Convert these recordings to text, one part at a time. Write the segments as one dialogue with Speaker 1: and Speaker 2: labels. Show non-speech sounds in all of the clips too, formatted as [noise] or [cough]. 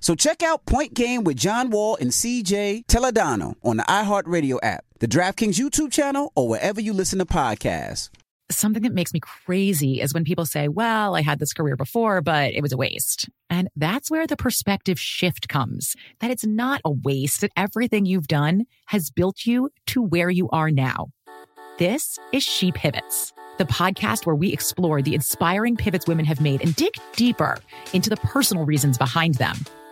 Speaker 1: So check out Point Game with John Wall and CJ Teledano on the iHeartRadio app, the DraftKings YouTube channel, or wherever you listen to podcasts.
Speaker 2: Something that makes me crazy is when people say, Well, I had this career before, but it was a waste. And that's where the perspective shift comes that it's not a waste, that everything you've done has built you to where you are now. This is She Pivots, the podcast where we explore the inspiring pivots women have made and dig deeper into the personal reasons behind them.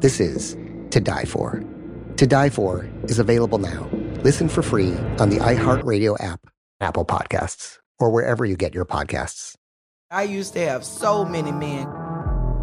Speaker 3: this is To Die For. To Die For is available now. Listen for free on the iHeartRadio app, Apple Podcasts, or wherever you get your podcasts.
Speaker 4: I used to have so many men.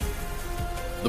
Speaker 5: The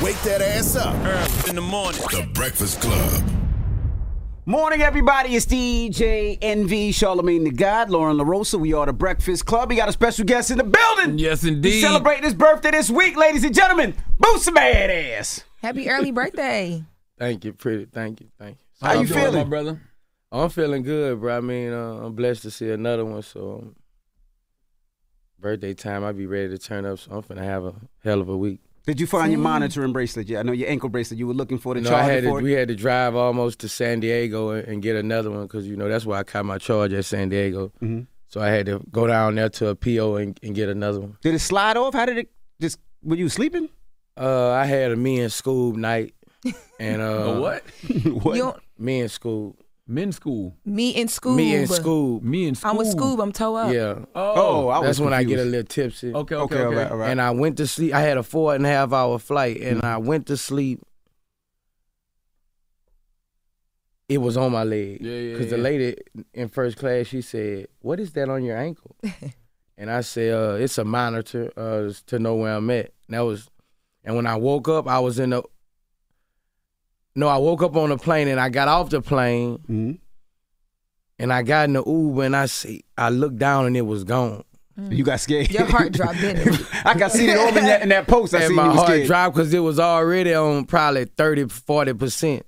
Speaker 6: Wake that ass up. Early in the morning. The Breakfast Club.
Speaker 1: Morning, everybody. It's DJ NV, Charlemagne the God, Lauren LaRosa. We are the Breakfast Club. We got a special guest in the building.
Speaker 7: Yes,
Speaker 1: He's
Speaker 7: indeed.
Speaker 1: celebrating his birthday this week, ladies and gentlemen. Boost some bad ass.
Speaker 8: Happy early birthday.
Speaker 7: Thank you, pretty. Thank you, thank you.
Speaker 1: How you
Speaker 7: I'm doing,
Speaker 1: feeling?
Speaker 7: my brother? I'm feeling good, bro. I mean, uh, I'm blessed to see another one. So, um, birthday time, I be ready to turn up. So I'm finna have a hell of a week.
Speaker 1: Did you find your monitoring bracelet yet? I know your ankle bracelet. You were looking for the
Speaker 7: No, I
Speaker 1: charger
Speaker 7: had to,
Speaker 1: for it.
Speaker 7: we had to drive almost to San Diego and, and get another one because you know that's why I caught my charge at San Diego.
Speaker 1: Mhm.
Speaker 7: So I had to go down there to a PO and, and get another one.
Speaker 1: Did it slide off? How did it just? Were you sleeping?
Speaker 7: Uh, I had a men's school night, and uh,
Speaker 8: A what? What? You don't-
Speaker 7: Men's school. Men's school.
Speaker 8: Me in school.
Speaker 7: Me and Scoob. Me and
Speaker 8: I'm with Scoob. I'm toe up.
Speaker 7: Yeah.
Speaker 8: Oh.
Speaker 7: that's when I get a little tipsy.
Speaker 8: Okay, okay, Okay, okay. alright, alright.
Speaker 7: And I went to sleep. I had a four and a half hour flight, and
Speaker 1: Mm-hmm.
Speaker 7: I went to sleep. It was on my leg.
Speaker 6: Yeah, yeah,
Speaker 7: Because the
Speaker 6: yeah.
Speaker 7: lady in first class, she said, "What is that on your ankle?" and I said, uh, "It's a monitor uh, it's to know where I'm at." And that was, and when I woke up, I was in the. No, I woke up on the plane and I got off the plane,
Speaker 8: Mm-hmm.
Speaker 7: and I got in the Uber and I see I looked down and it was gone.
Speaker 1: You got scared.
Speaker 8: Your heart dropped in
Speaker 1: [laughs] I got seen it over in that, in that post. I
Speaker 7: and
Speaker 1: seen
Speaker 7: my
Speaker 1: you was
Speaker 7: heart
Speaker 1: scared.
Speaker 7: dropped because it was already on probably 30, 40 percent.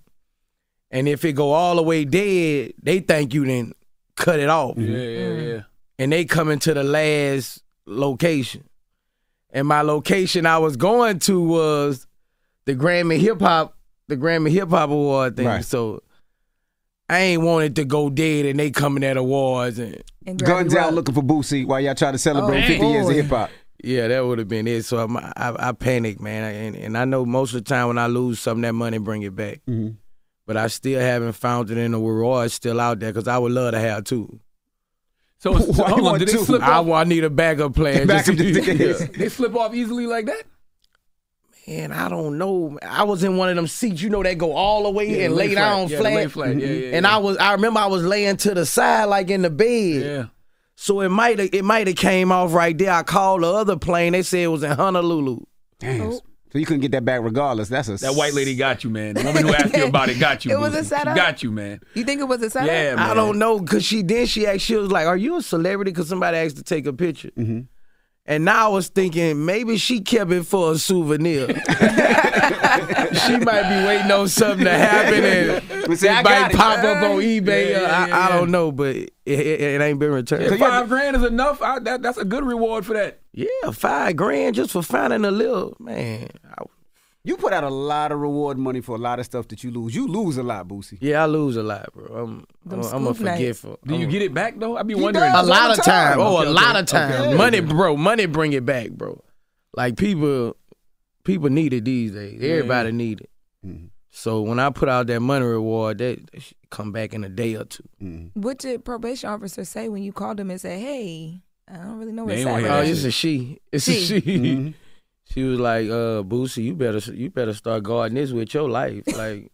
Speaker 7: And if it go all the way dead, they think you didn't cut it off. Yeah, yeah, yeah. And they coming to the last location. And my location I was going to was the Grammy Hip Hop, the Grammy Hip Hop Award thing.
Speaker 6: Right.
Speaker 7: So I ain't wanted to go dead and they coming at awards and,
Speaker 1: Guns out looking for Boosie while y'all try to celebrate
Speaker 9: Oh.
Speaker 1: 50 years of hip hop.
Speaker 7: yeah, that would have been it. So I'm, I, I panic, man, and, and I know most of the time when I lose some of that money, bring it back.
Speaker 9: Mm-hmm.
Speaker 7: But I still haven't found it, and the reward's still out there because I would love to have two.
Speaker 9: So, it's- so hold on, did they slip
Speaker 7: I,
Speaker 9: off?
Speaker 7: wa- I need a backup plan.
Speaker 9: Backup
Speaker 7: just-
Speaker 9: just-
Speaker 7: Yeah.
Speaker 9: they slip off easily like that?
Speaker 7: Man, I don't know. I was in one of them seats, you know, that go all the way
Speaker 9: Yeah,
Speaker 7: and
Speaker 9: lay
Speaker 7: lay down
Speaker 9: flat. Yeah,
Speaker 7: flat.
Speaker 9: lay flat. Yeah, yeah,
Speaker 7: and
Speaker 9: yeah.
Speaker 7: I was, I remember I was laying to the side like in the bed. Yeah. So it might it might have came off right there. I called the other plane. They said it was in Honolulu. Oh.
Speaker 1: Damn. So you couldn't get that back regardless. That's a
Speaker 9: That white lady got you, man. The woman who asked you about
Speaker 7: [laughs]
Speaker 9: it got you.
Speaker 8: It was
Speaker 9: boo.
Speaker 8: a
Speaker 9: She
Speaker 8: setup?
Speaker 9: Got you, man.
Speaker 8: You think it was a setup?
Speaker 9: Yeah, man.
Speaker 7: I don't know because she then she asked she was like, "Are you a celebrity?" Because somebody asked to take a picture.
Speaker 9: Mm-hmm.
Speaker 7: And now I was thinking maybe she kept it for a souvenir. [laughs] she might be waiting on something to happen and
Speaker 9: See, I
Speaker 7: it
Speaker 9: got
Speaker 7: might
Speaker 9: it.
Speaker 7: pop up on eBay. I,
Speaker 9: Yeah, yeah, yeah,
Speaker 7: I
Speaker 9: yeah.
Speaker 7: don't know, but it, it, it ain't been returned.
Speaker 9: If five grand is enough. I, that, that's a good reward for that.
Speaker 7: Yeah, five grand just for finding a little man. I-
Speaker 1: You put out a lot of reward money for a lot of stuff that you lose. You lose a lot, Boosie.
Speaker 7: yeah, I lose a lot, bro. I'm
Speaker 1: Them
Speaker 7: I'm, I'm a
Speaker 1: scoop nights.
Speaker 7: forgetful.
Speaker 9: Do you
Speaker 7: I'm a-
Speaker 9: get it back though? I'd be
Speaker 7: He
Speaker 9: wondering.
Speaker 7: does A lot all the of time. time. Oh, a
Speaker 9: Okay,
Speaker 7: lot
Speaker 9: okay,
Speaker 7: of time.
Speaker 9: okay, okay.
Speaker 7: Money, bro. Money bring it back, bro. Like people, people need it these days.
Speaker 9: Yeah. Mm-hmm.
Speaker 7: Everybody need it. So when I put out that money reward, that, that shit come back in a day or 2
Speaker 8: What did probation officer say when you called him and said, "Hey, I don't really know what's
Speaker 7: oh,
Speaker 8: happening"?
Speaker 7: it's a she. It's a she.
Speaker 8: She.
Speaker 7: [laughs] She was like, uh, "Boosie, you better, you better start guarding this with your life. [laughs] Like,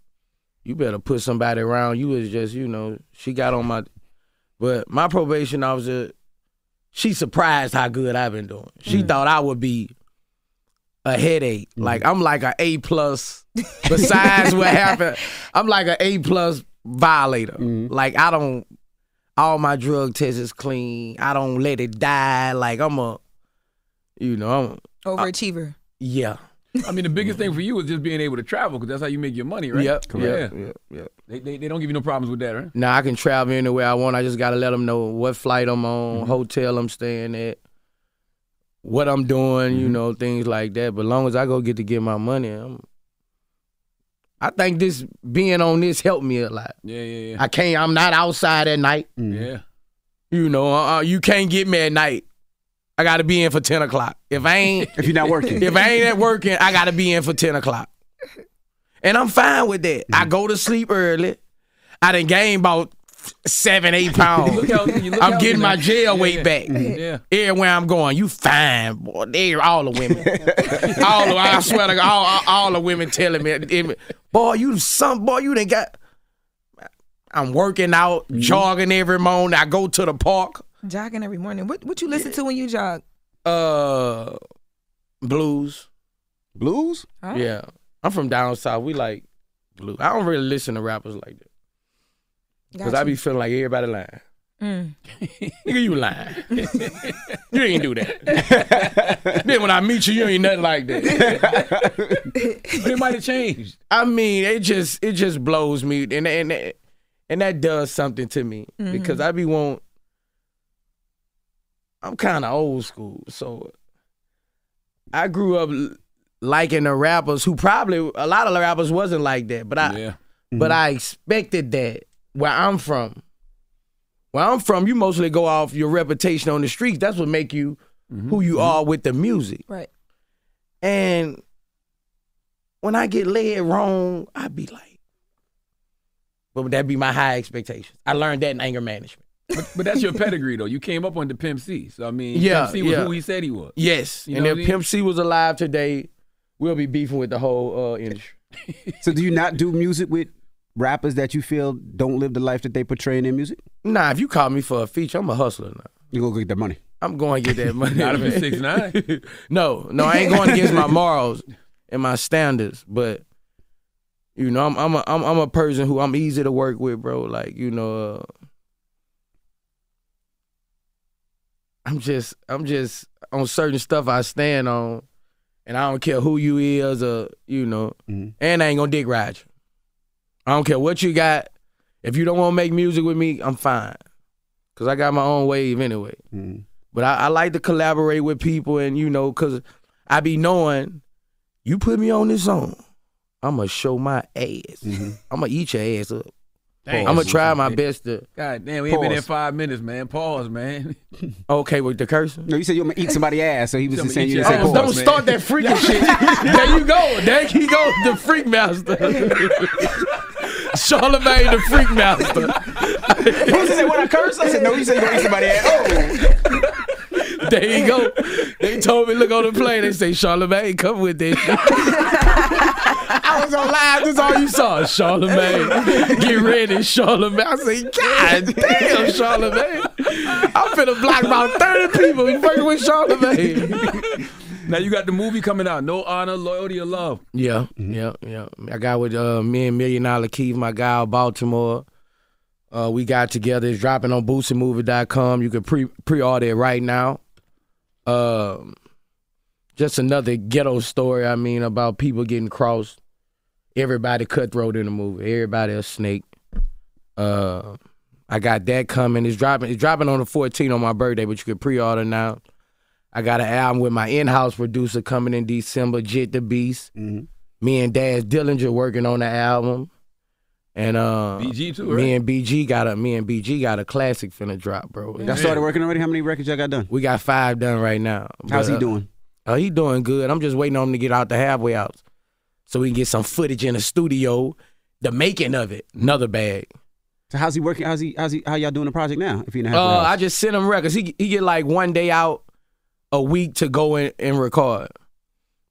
Speaker 7: you better put somebody around you. Is just, you know, she got on my, but my probation officer, she surprised how good I've been doing. She thought I would be a headache. Like I'm like a A plus. Besides what happened, I'm like a A plus violator. Like I don't. All my drug tests is clean. I don't let it die. Like I'm a, you know, I'm
Speaker 8: overachiever.
Speaker 7: yeah.
Speaker 9: I mean, the biggest thing for you is just being able to travel because that's how you make your money, right?
Speaker 7: Yep.
Speaker 9: Yeah.
Speaker 7: Correct. Yep. Yep.
Speaker 9: They, they, they don't give you no problems with that, right?
Speaker 7: Now I can travel anywhere I want. I just gotta let them know what flight I'm on, hotel I'm staying at, what I'm doing, you know, things like that. But long as I go get to get my money, I'm, I think this being on this helped me a lot.
Speaker 9: Yeah, yeah, yeah.
Speaker 7: I can't. I'm not outside at night.
Speaker 9: Yeah.
Speaker 7: You know, uh, you can't get me at night. I gotta be in for ten o'clock. If I ain't,
Speaker 1: If you're not working.
Speaker 7: if I ain't at working, I gotta be in for ten o'clock. And I'm fine with that.
Speaker 9: Mm.
Speaker 7: I go to sleep early. I done gained about seven, eight pounds.
Speaker 9: Look out, you look
Speaker 7: I'm
Speaker 9: out,
Speaker 7: getting
Speaker 9: you
Speaker 7: my
Speaker 9: know.
Speaker 7: jail
Speaker 9: Yeah,
Speaker 7: weight
Speaker 9: yeah.
Speaker 7: back.
Speaker 9: Mhm. Yeah.
Speaker 7: Everywhere I'm going, you fine, boy. They all the
Speaker 9: [laughs]
Speaker 7: women. all the I swear to God, all, all, all the women telling me, it- boy, you some boy, you done got I'm working out,
Speaker 9: Mm-hmm.
Speaker 7: jogging every morning. I go to the park.
Speaker 8: Jogging every morning. What what you listen to when you jog?
Speaker 7: Uh blues.
Speaker 1: [laughs] Blues?
Speaker 8: Huh?
Speaker 7: Yeah. I'm from down south. We like blues. I don't really listen to rappers like that. Because I
Speaker 8: Gotcha.
Speaker 7: be feeling like everybody lying.
Speaker 8: Mm.
Speaker 7: [laughs] Nigga, you lying. [laughs] you ain't do that. [laughs] then when I meet you, you ain't nothing like that.
Speaker 9: But it might have changed.
Speaker 7: I mean, it just it just blows me, and and that- and that does something to me
Speaker 9: Mhm.
Speaker 7: because I be want. I'm kind of old school, so I grew up l- liking the rappers who probably a lot of the rappers wasn't like that, but I
Speaker 9: Mm-hmm.
Speaker 7: but I expected that where I'm from. Where I'm from, you mostly go off your reputation on the streets. That's what make you
Speaker 9: Mm-hmm.
Speaker 7: who you are with the music.
Speaker 8: Right.
Speaker 7: And when I get led wrong, I be like, but that be my high expectations. I learned that in anger management.
Speaker 9: But, but that's your pedigree, though. You came up under Pimp C. So, I mean,
Speaker 7: Yeah,
Speaker 9: Pimp C was
Speaker 7: yeah.
Speaker 9: who he said he was.
Speaker 7: Yes.
Speaker 9: You
Speaker 7: and
Speaker 9: know
Speaker 7: if
Speaker 9: what I mean?
Speaker 7: Pimp C was alive today, we'll be beefing with the whole uh, industry.
Speaker 1: So do you not do music with rappers that you feel don't live the life that they portray in their music?
Speaker 7: Nah, if you call me for a feature, I'm a hustler now.
Speaker 1: You go get that money.
Speaker 7: I'm going to get that money.
Speaker 9: Not if it's
Speaker 7: man.
Speaker 9: 6ix9ine.
Speaker 7: [laughs] no, no, I ain't going against my morals and my standards, but you know, I'm I'm a, I'm, I'm a person who I'm easy to work with, bro. Like you know, uh, I'm just I'm just on certain stuff I stand on, and I don't care who you is or you know, and I ain't gonna dick ride you. I don't care what you got. If you don't want to make music with me, I'm fine, cause I got my own wave anyway. But I, I like to collaborate with people, and you know, cause I be knowing you put me on this song, I'ma show my ass. I'ma eat your ass up.
Speaker 9: Dang.
Speaker 7: I'ma try my best to.
Speaker 9: God damn, we ain't been
Speaker 7: Pause.
Speaker 9: there five minutes, man.
Speaker 7: [laughs]
Speaker 9: Pause, man.
Speaker 7: Okay, with the cursing.
Speaker 1: No, you said you're gonna eat somebody's ass, so he was
Speaker 9: Somebody
Speaker 1: just saying
Speaker 9: eat
Speaker 1: you
Speaker 9: your
Speaker 1: didn't say
Speaker 9: ass.
Speaker 1: pause.
Speaker 7: Don't
Speaker 1: [laughs]
Speaker 7: start that freaking shit. [laughs] there you go. There he goes, the freak [laughs] master. Charlemagne the freak master.
Speaker 1: Who's said when I curse? I said no. You said you gonna eat somebody's ass. Oh,
Speaker 7: [laughs] there you go. They told me look on the plane. They say Charlemagne come with this. [laughs] I was on live. That's all you saw, Charlemagne. Get ready, Charlemagne. I say, God damn, Charlemagne. I'm finna block about thirty people fucking with Charlemagne.
Speaker 9: Now you got the movie coming out. No honor, loyalty, or love.
Speaker 7: Yeah, yeah, yeah. I got with uh, me and Million Dollar Keith, my guy out of Baltimore. Uh, we got together. It's dropping on boostedmovie.com. You can pre pre order it right now. Um, just another ghetto story. I mean, about people getting crossed. Everybody cutthroat in the movie. Everybody a snake. Uh, I got that coming. It's dropping. It's dropping on the 14th on my birthday, but you can pre order now. I got an album with my in-house producer coming in December, Jit the Beast.
Speaker 1: Mm-hmm.
Speaker 7: Me and Daz Dillinger working on the album, and uh,
Speaker 9: BG too,
Speaker 7: Me
Speaker 9: right?
Speaker 7: and BG got a me and BG got a classic finna drop, bro.
Speaker 1: Y'all started working already? How many records y'all got done?
Speaker 7: We got five done right now.
Speaker 1: How's he
Speaker 7: uh,
Speaker 1: doing?
Speaker 7: Oh, he doing good. I'm just waiting on him to get out the halfway house, so we can get some footage in the studio, the making of it. Another bag.
Speaker 1: So how's he working? How's he? How's he? How y'all doing the project now? If you know.
Speaker 7: Uh, I just sent him records. He he get like one day out a week to go in and record.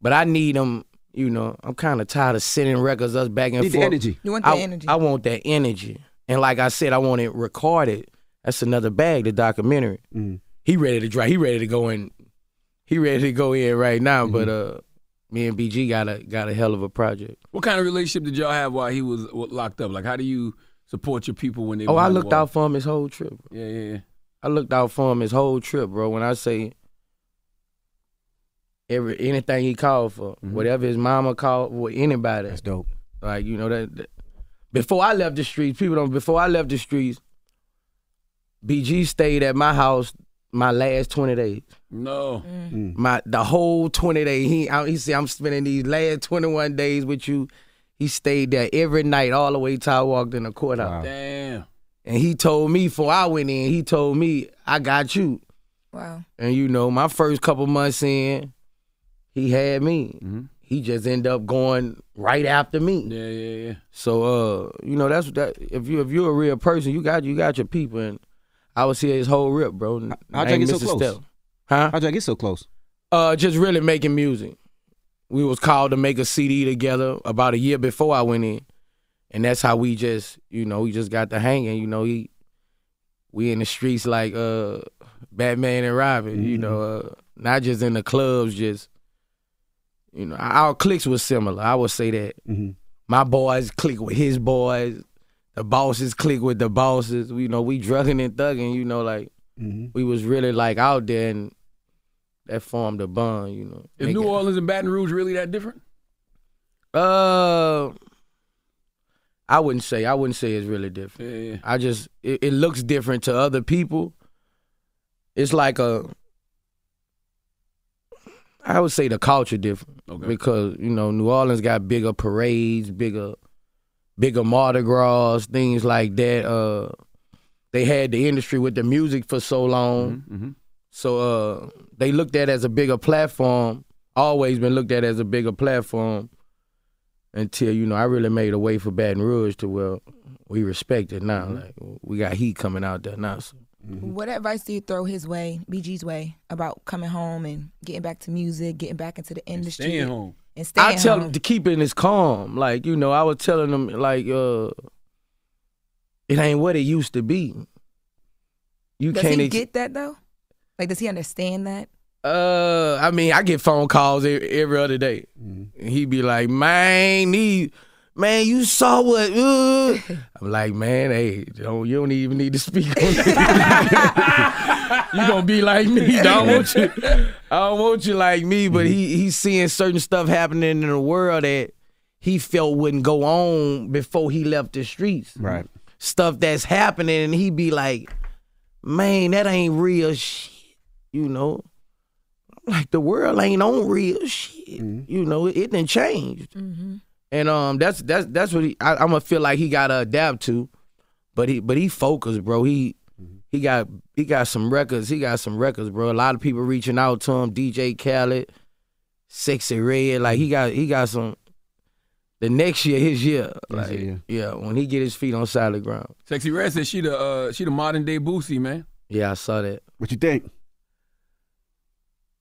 Speaker 7: But I need him, you know, I'm kind of tired of sending records us back and
Speaker 1: Need the
Speaker 7: forth.
Speaker 1: energy. You want
Speaker 7: I,
Speaker 1: the energy.
Speaker 7: I want that energy. And like I said, I want it recorded. That's another bag, the documentary. He ready to drive. He ready to go in. He ready to go in right now. But uh me and BG got a got a hell of a project.
Speaker 9: What kind of relationship did y'all have while he was w- locked up? Like, how do you support your people when they?
Speaker 7: Oh, I
Speaker 9: behind the
Speaker 7: looked
Speaker 9: wall?
Speaker 7: out for him his whole trip. bro.
Speaker 9: Yeah, yeah, yeah.
Speaker 7: I looked out for him his whole trip, bro. When I say every anything he called for, whatever his mama called, or anybody. That's
Speaker 1: dope.
Speaker 7: Like you know that, that- Before I left the streets, people don't. Before I left the streets, BG stayed at my house my last twenty days.
Speaker 9: No.
Speaker 7: My the whole twenty day he I, he said I'm spending these last twenty one days with you. He stayed there every night all the way till I walked in the courthouse.
Speaker 9: Damn.
Speaker 7: And he told me before I went in, he told me I got you.
Speaker 8: Wow.
Speaker 7: And you know, my first couple months in, he had me.
Speaker 1: Mm-hmm.
Speaker 7: He just ended up going right after me.
Speaker 9: Yeah, yeah, yeah.
Speaker 7: So uh, you know, that's that if you if you're a real person, you got you got your people and I was here his whole rip, bro.
Speaker 1: How'd
Speaker 7: I
Speaker 1: y'all
Speaker 7: ain't
Speaker 1: get so
Speaker 7: miss a
Speaker 1: close?
Speaker 7: step. Huh?
Speaker 1: How'd y'all get so close?
Speaker 7: Uh just really making music. We was called to make a CD together about a year before I went in. And that's how we just, you know, we just got to hanging, you know, he we in the streets like uh Batman and Robin, you know, uh, not just in the clubs, just you know, our clicks was similar. I would say that my boys click with his boys, the bosses click with the bosses. You know, we drugging and thugging. You know, like we was really like out there, and that formed a bond. You know,
Speaker 9: Is New Orleans and Baton Rouge really that different?
Speaker 7: uh, I wouldn't say. I wouldn't say it's really different.
Speaker 9: Yeah, yeah.
Speaker 7: I just it, it looks different to other people. It's like a I would say the culture different because you know New Orleans got bigger parades, bigger bigger Mardi Gras, things like that. Uh, they had the industry with the music for so long,
Speaker 9: Mm-hmm.
Speaker 7: so uh, they looked at as a bigger platform. Always been looked at as a bigger platform until you know I really made a way for Baton Rouge to where we respect it
Speaker 8: Mm-hmm.
Speaker 7: now. Like we got heat coming out there now. So.
Speaker 8: What advice do you throw his way, BG's way, about coming home and getting back to music, getting back into the industry,
Speaker 7: staying home.
Speaker 8: and staying
Speaker 7: I tell
Speaker 8: home?
Speaker 7: him to keep it in his calm. Like, you know, I was telling him like uh it ain't what it used to be. You
Speaker 8: does
Speaker 7: can't
Speaker 8: he
Speaker 7: ex-
Speaker 8: get that though? Like, does he understand that?
Speaker 7: uh I mean, I get phone calls every, every other day. And he be like, "Man, these Man, you saw what? uh." I'm like, man, hey, don't, you don't even need to speak on that. [laughs] you gonna be like me. I don't want you. I don't want you like me. But he he's seeing certain stuff happening in the world that he felt wouldn't go on before he left the streets.
Speaker 1: Right.
Speaker 7: Stuff that's happening, and he be like, man, that ain't real shit. You know, I'm like the world ain't on real shit. You know, it, it done changed. And um, that's that's that's what he, I, I'm gonna feel like he gotta adapt to, but he but he focused, bro. He he got he got some records. He got some records, bro. A lot of people reaching out to him. DJ Khaled, Sexy Red, like he got he got some. The next year, his year, like yeah, when he get his feet on solid ground.
Speaker 9: Sexy Red said she the uh, she the modern day Boosie man.
Speaker 7: Yeah, I saw that.
Speaker 1: What you think?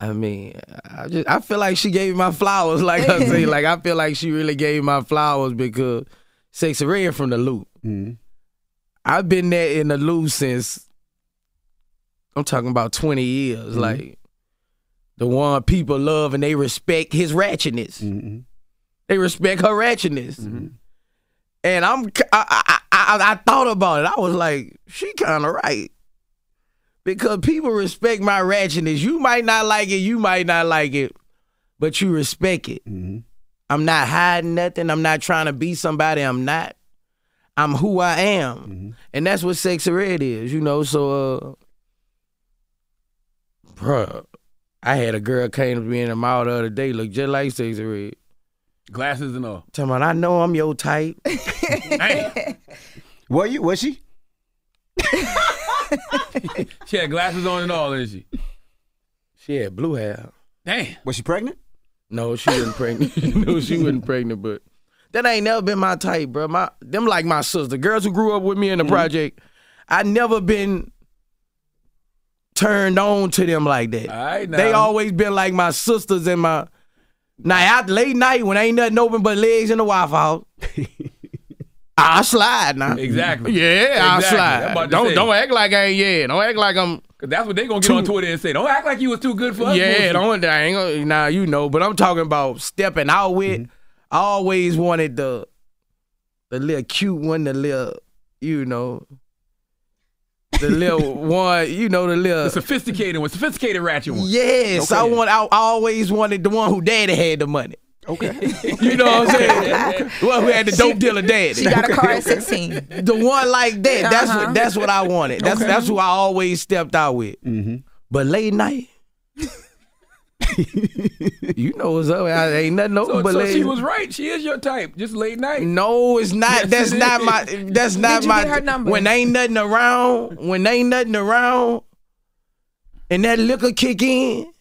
Speaker 7: I mean, I just I feel like she gave me my flowers. [laughs] Like I say, like I feel like she really gave me my flowers because Sexy Red from the loop. I've been there in the loop since I'm talking about 20 years. Like the one people love and they respect his ratchetness. They respect her ratchetness. And I'm I, I, I, I thought about it. I was like, she kind of right because people respect my ratchetness. You might not like it, you might not like it, but you respect it. I'm not hiding nothing. I'm not trying to be somebody. I'm not. I'm who I am, and that's what sex red is, you know. So, uh, bruh, I had a girl came to me in the mall the other day, look just like sex red,
Speaker 9: glasses and all.
Speaker 7: Talking about, I know I'm your type.
Speaker 1: Were you? Was she?
Speaker 9: She had glasses on and all, didn't she?
Speaker 7: She had blue hair.
Speaker 9: Damn.
Speaker 1: Was she pregnant?
Speaker 7: No, she wasn't pregnant. [laughs] no, she wasn't pregnant, but that ain't never been my type, bro. My them like my sister. Girls who grew up with me in the
Speaker 9: Mm-hmm.
Speaker 7: project, I never been turned on to them like that.
Speaker 9: right,
Speaker 7: They
Speaker 9: now.
Speaker 7: always been like my sisters and my now out late night when ain't nothing open but legs in the Waffle [laughs] House. I slide now.
Speaker 9: Exactly.
Speaker 7: Yeah,
Speaker 9: Exactly. I'm
Speaker 7: I
Speaker 9: about
Speaker 7: slide.
Speaker 9: to
Speaker 7: Don't
Speaker 9: say.
Speaker 7: don't act like I ain't yeah. Don't act like I'm
Speaker 9: Cause that's what they gonna get
Speaker 7: Too-
Speaker 9: on Twitter and say. Don't act like you was too good for us.
Speaker 7: Yeah,
Speaker 9: bullshit."
Speaker 7: don't I ain't gonna, nah, you know, but I'm talking about stepping out with.
Speaker 9: Mm-hmm.
Speaker 7: I always wanted the the little cute one, the little you know, the
Speaker 9: [laughs]
Speaker 7: little one, you know, the
Speaker 9: The
Speaker 7: little
Speaker 9: sophisticated one, sophisticated ratchet one.
Speaker 7: yes. I want. I, I always wanted the one who daddy had the money. Okay, you know what I'm
Speaker 8: [laughs]
Speaker 7: saying? well, who had the dope dealer daddy? [laughs]
Speaker 8: She got a car at 16.
Speaker 7: the one like that. That's
Speaker 8: Uh-huh.
Speaker 7: what that's what I wanted. That's
Speaker 8: Okay.
Speaker 7: that's who I always stepped out with. But late [laughs] night, you know what's up. I, ain't nothing open
Speaker 9: So,
Speaker 7: but
Speaker 9: so
Speaker 7: late.
Speaker 9: she was right. She is your type. Just late night.
Speaker 7: No, it's not.
Speaker 9: Yes,
Speaker 7: that's
Speaker 9: it
Speaker 7: not
Speaker 9: is.
Speaker 7: my. That's not
Speaker 8: you
Speaker 7: my.
Speaker 8: get her number?
Speaker 7: When ain't nothing around. When ain't nothing around. And that liquor kick in.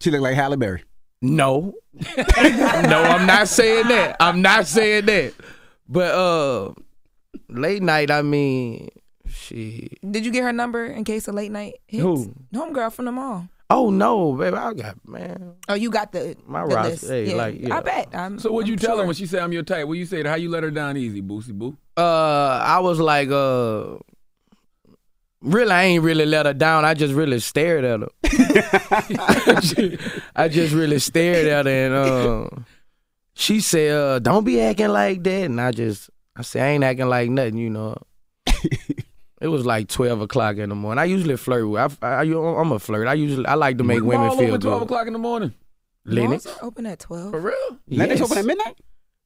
Speaker 1: She looked like Halle Berry.
Speaker 7: No. no, I'm not saying that. I'm not saying that. But uh late night, I mean, she
Speaker 8: Did you get her number in case of late night hits?
Speaker 7: Who?
Speaker 8: Homegirl from the mall.
Speaker 7: Oh no, baby, I got man.
Speaker 8: Oh, you got the
Speaker 7: My
Speaker 8: the
Speaker 7: roster,
Speaker 8: list.
Speaker 7: hey, like, yeah.
Speaker 8: I bet. I'm,
Speaker 9: So what'd you
Speaker 8: I'm
Speaker 9: tell her
Speaker 8: sure.
Speaker 9: when she said I'm your type? What you said? How you let her down easy, Boosie Boo?
Speaker 7: Uh I was like uh Really, I ain't really let her down. I just really stared at her. [laughs] I just really stared at her, and um, she said, uh, "Don't be acting like that." And I just, I said, "I ain't acting like nothing," you
Speaker 9: [laughs]
Speaker 7: know. it was like twelve o'clock in the morning. I usually flirt with. I, I, I'm a flirt. I usually, I like to make women
Speaker 9: Mall
Speaker 7: feel
Speaker 9: open
Speaker 7: good.
Speaker 9: twelve o'clock in the morning.
Speaker 7: Lennox,
Speaker 8: Malls are open at 12.
Speaker 9: For real?
Speaker 1: Lennox
Speaker 7: Yes.
Speaker 1: open at midnight?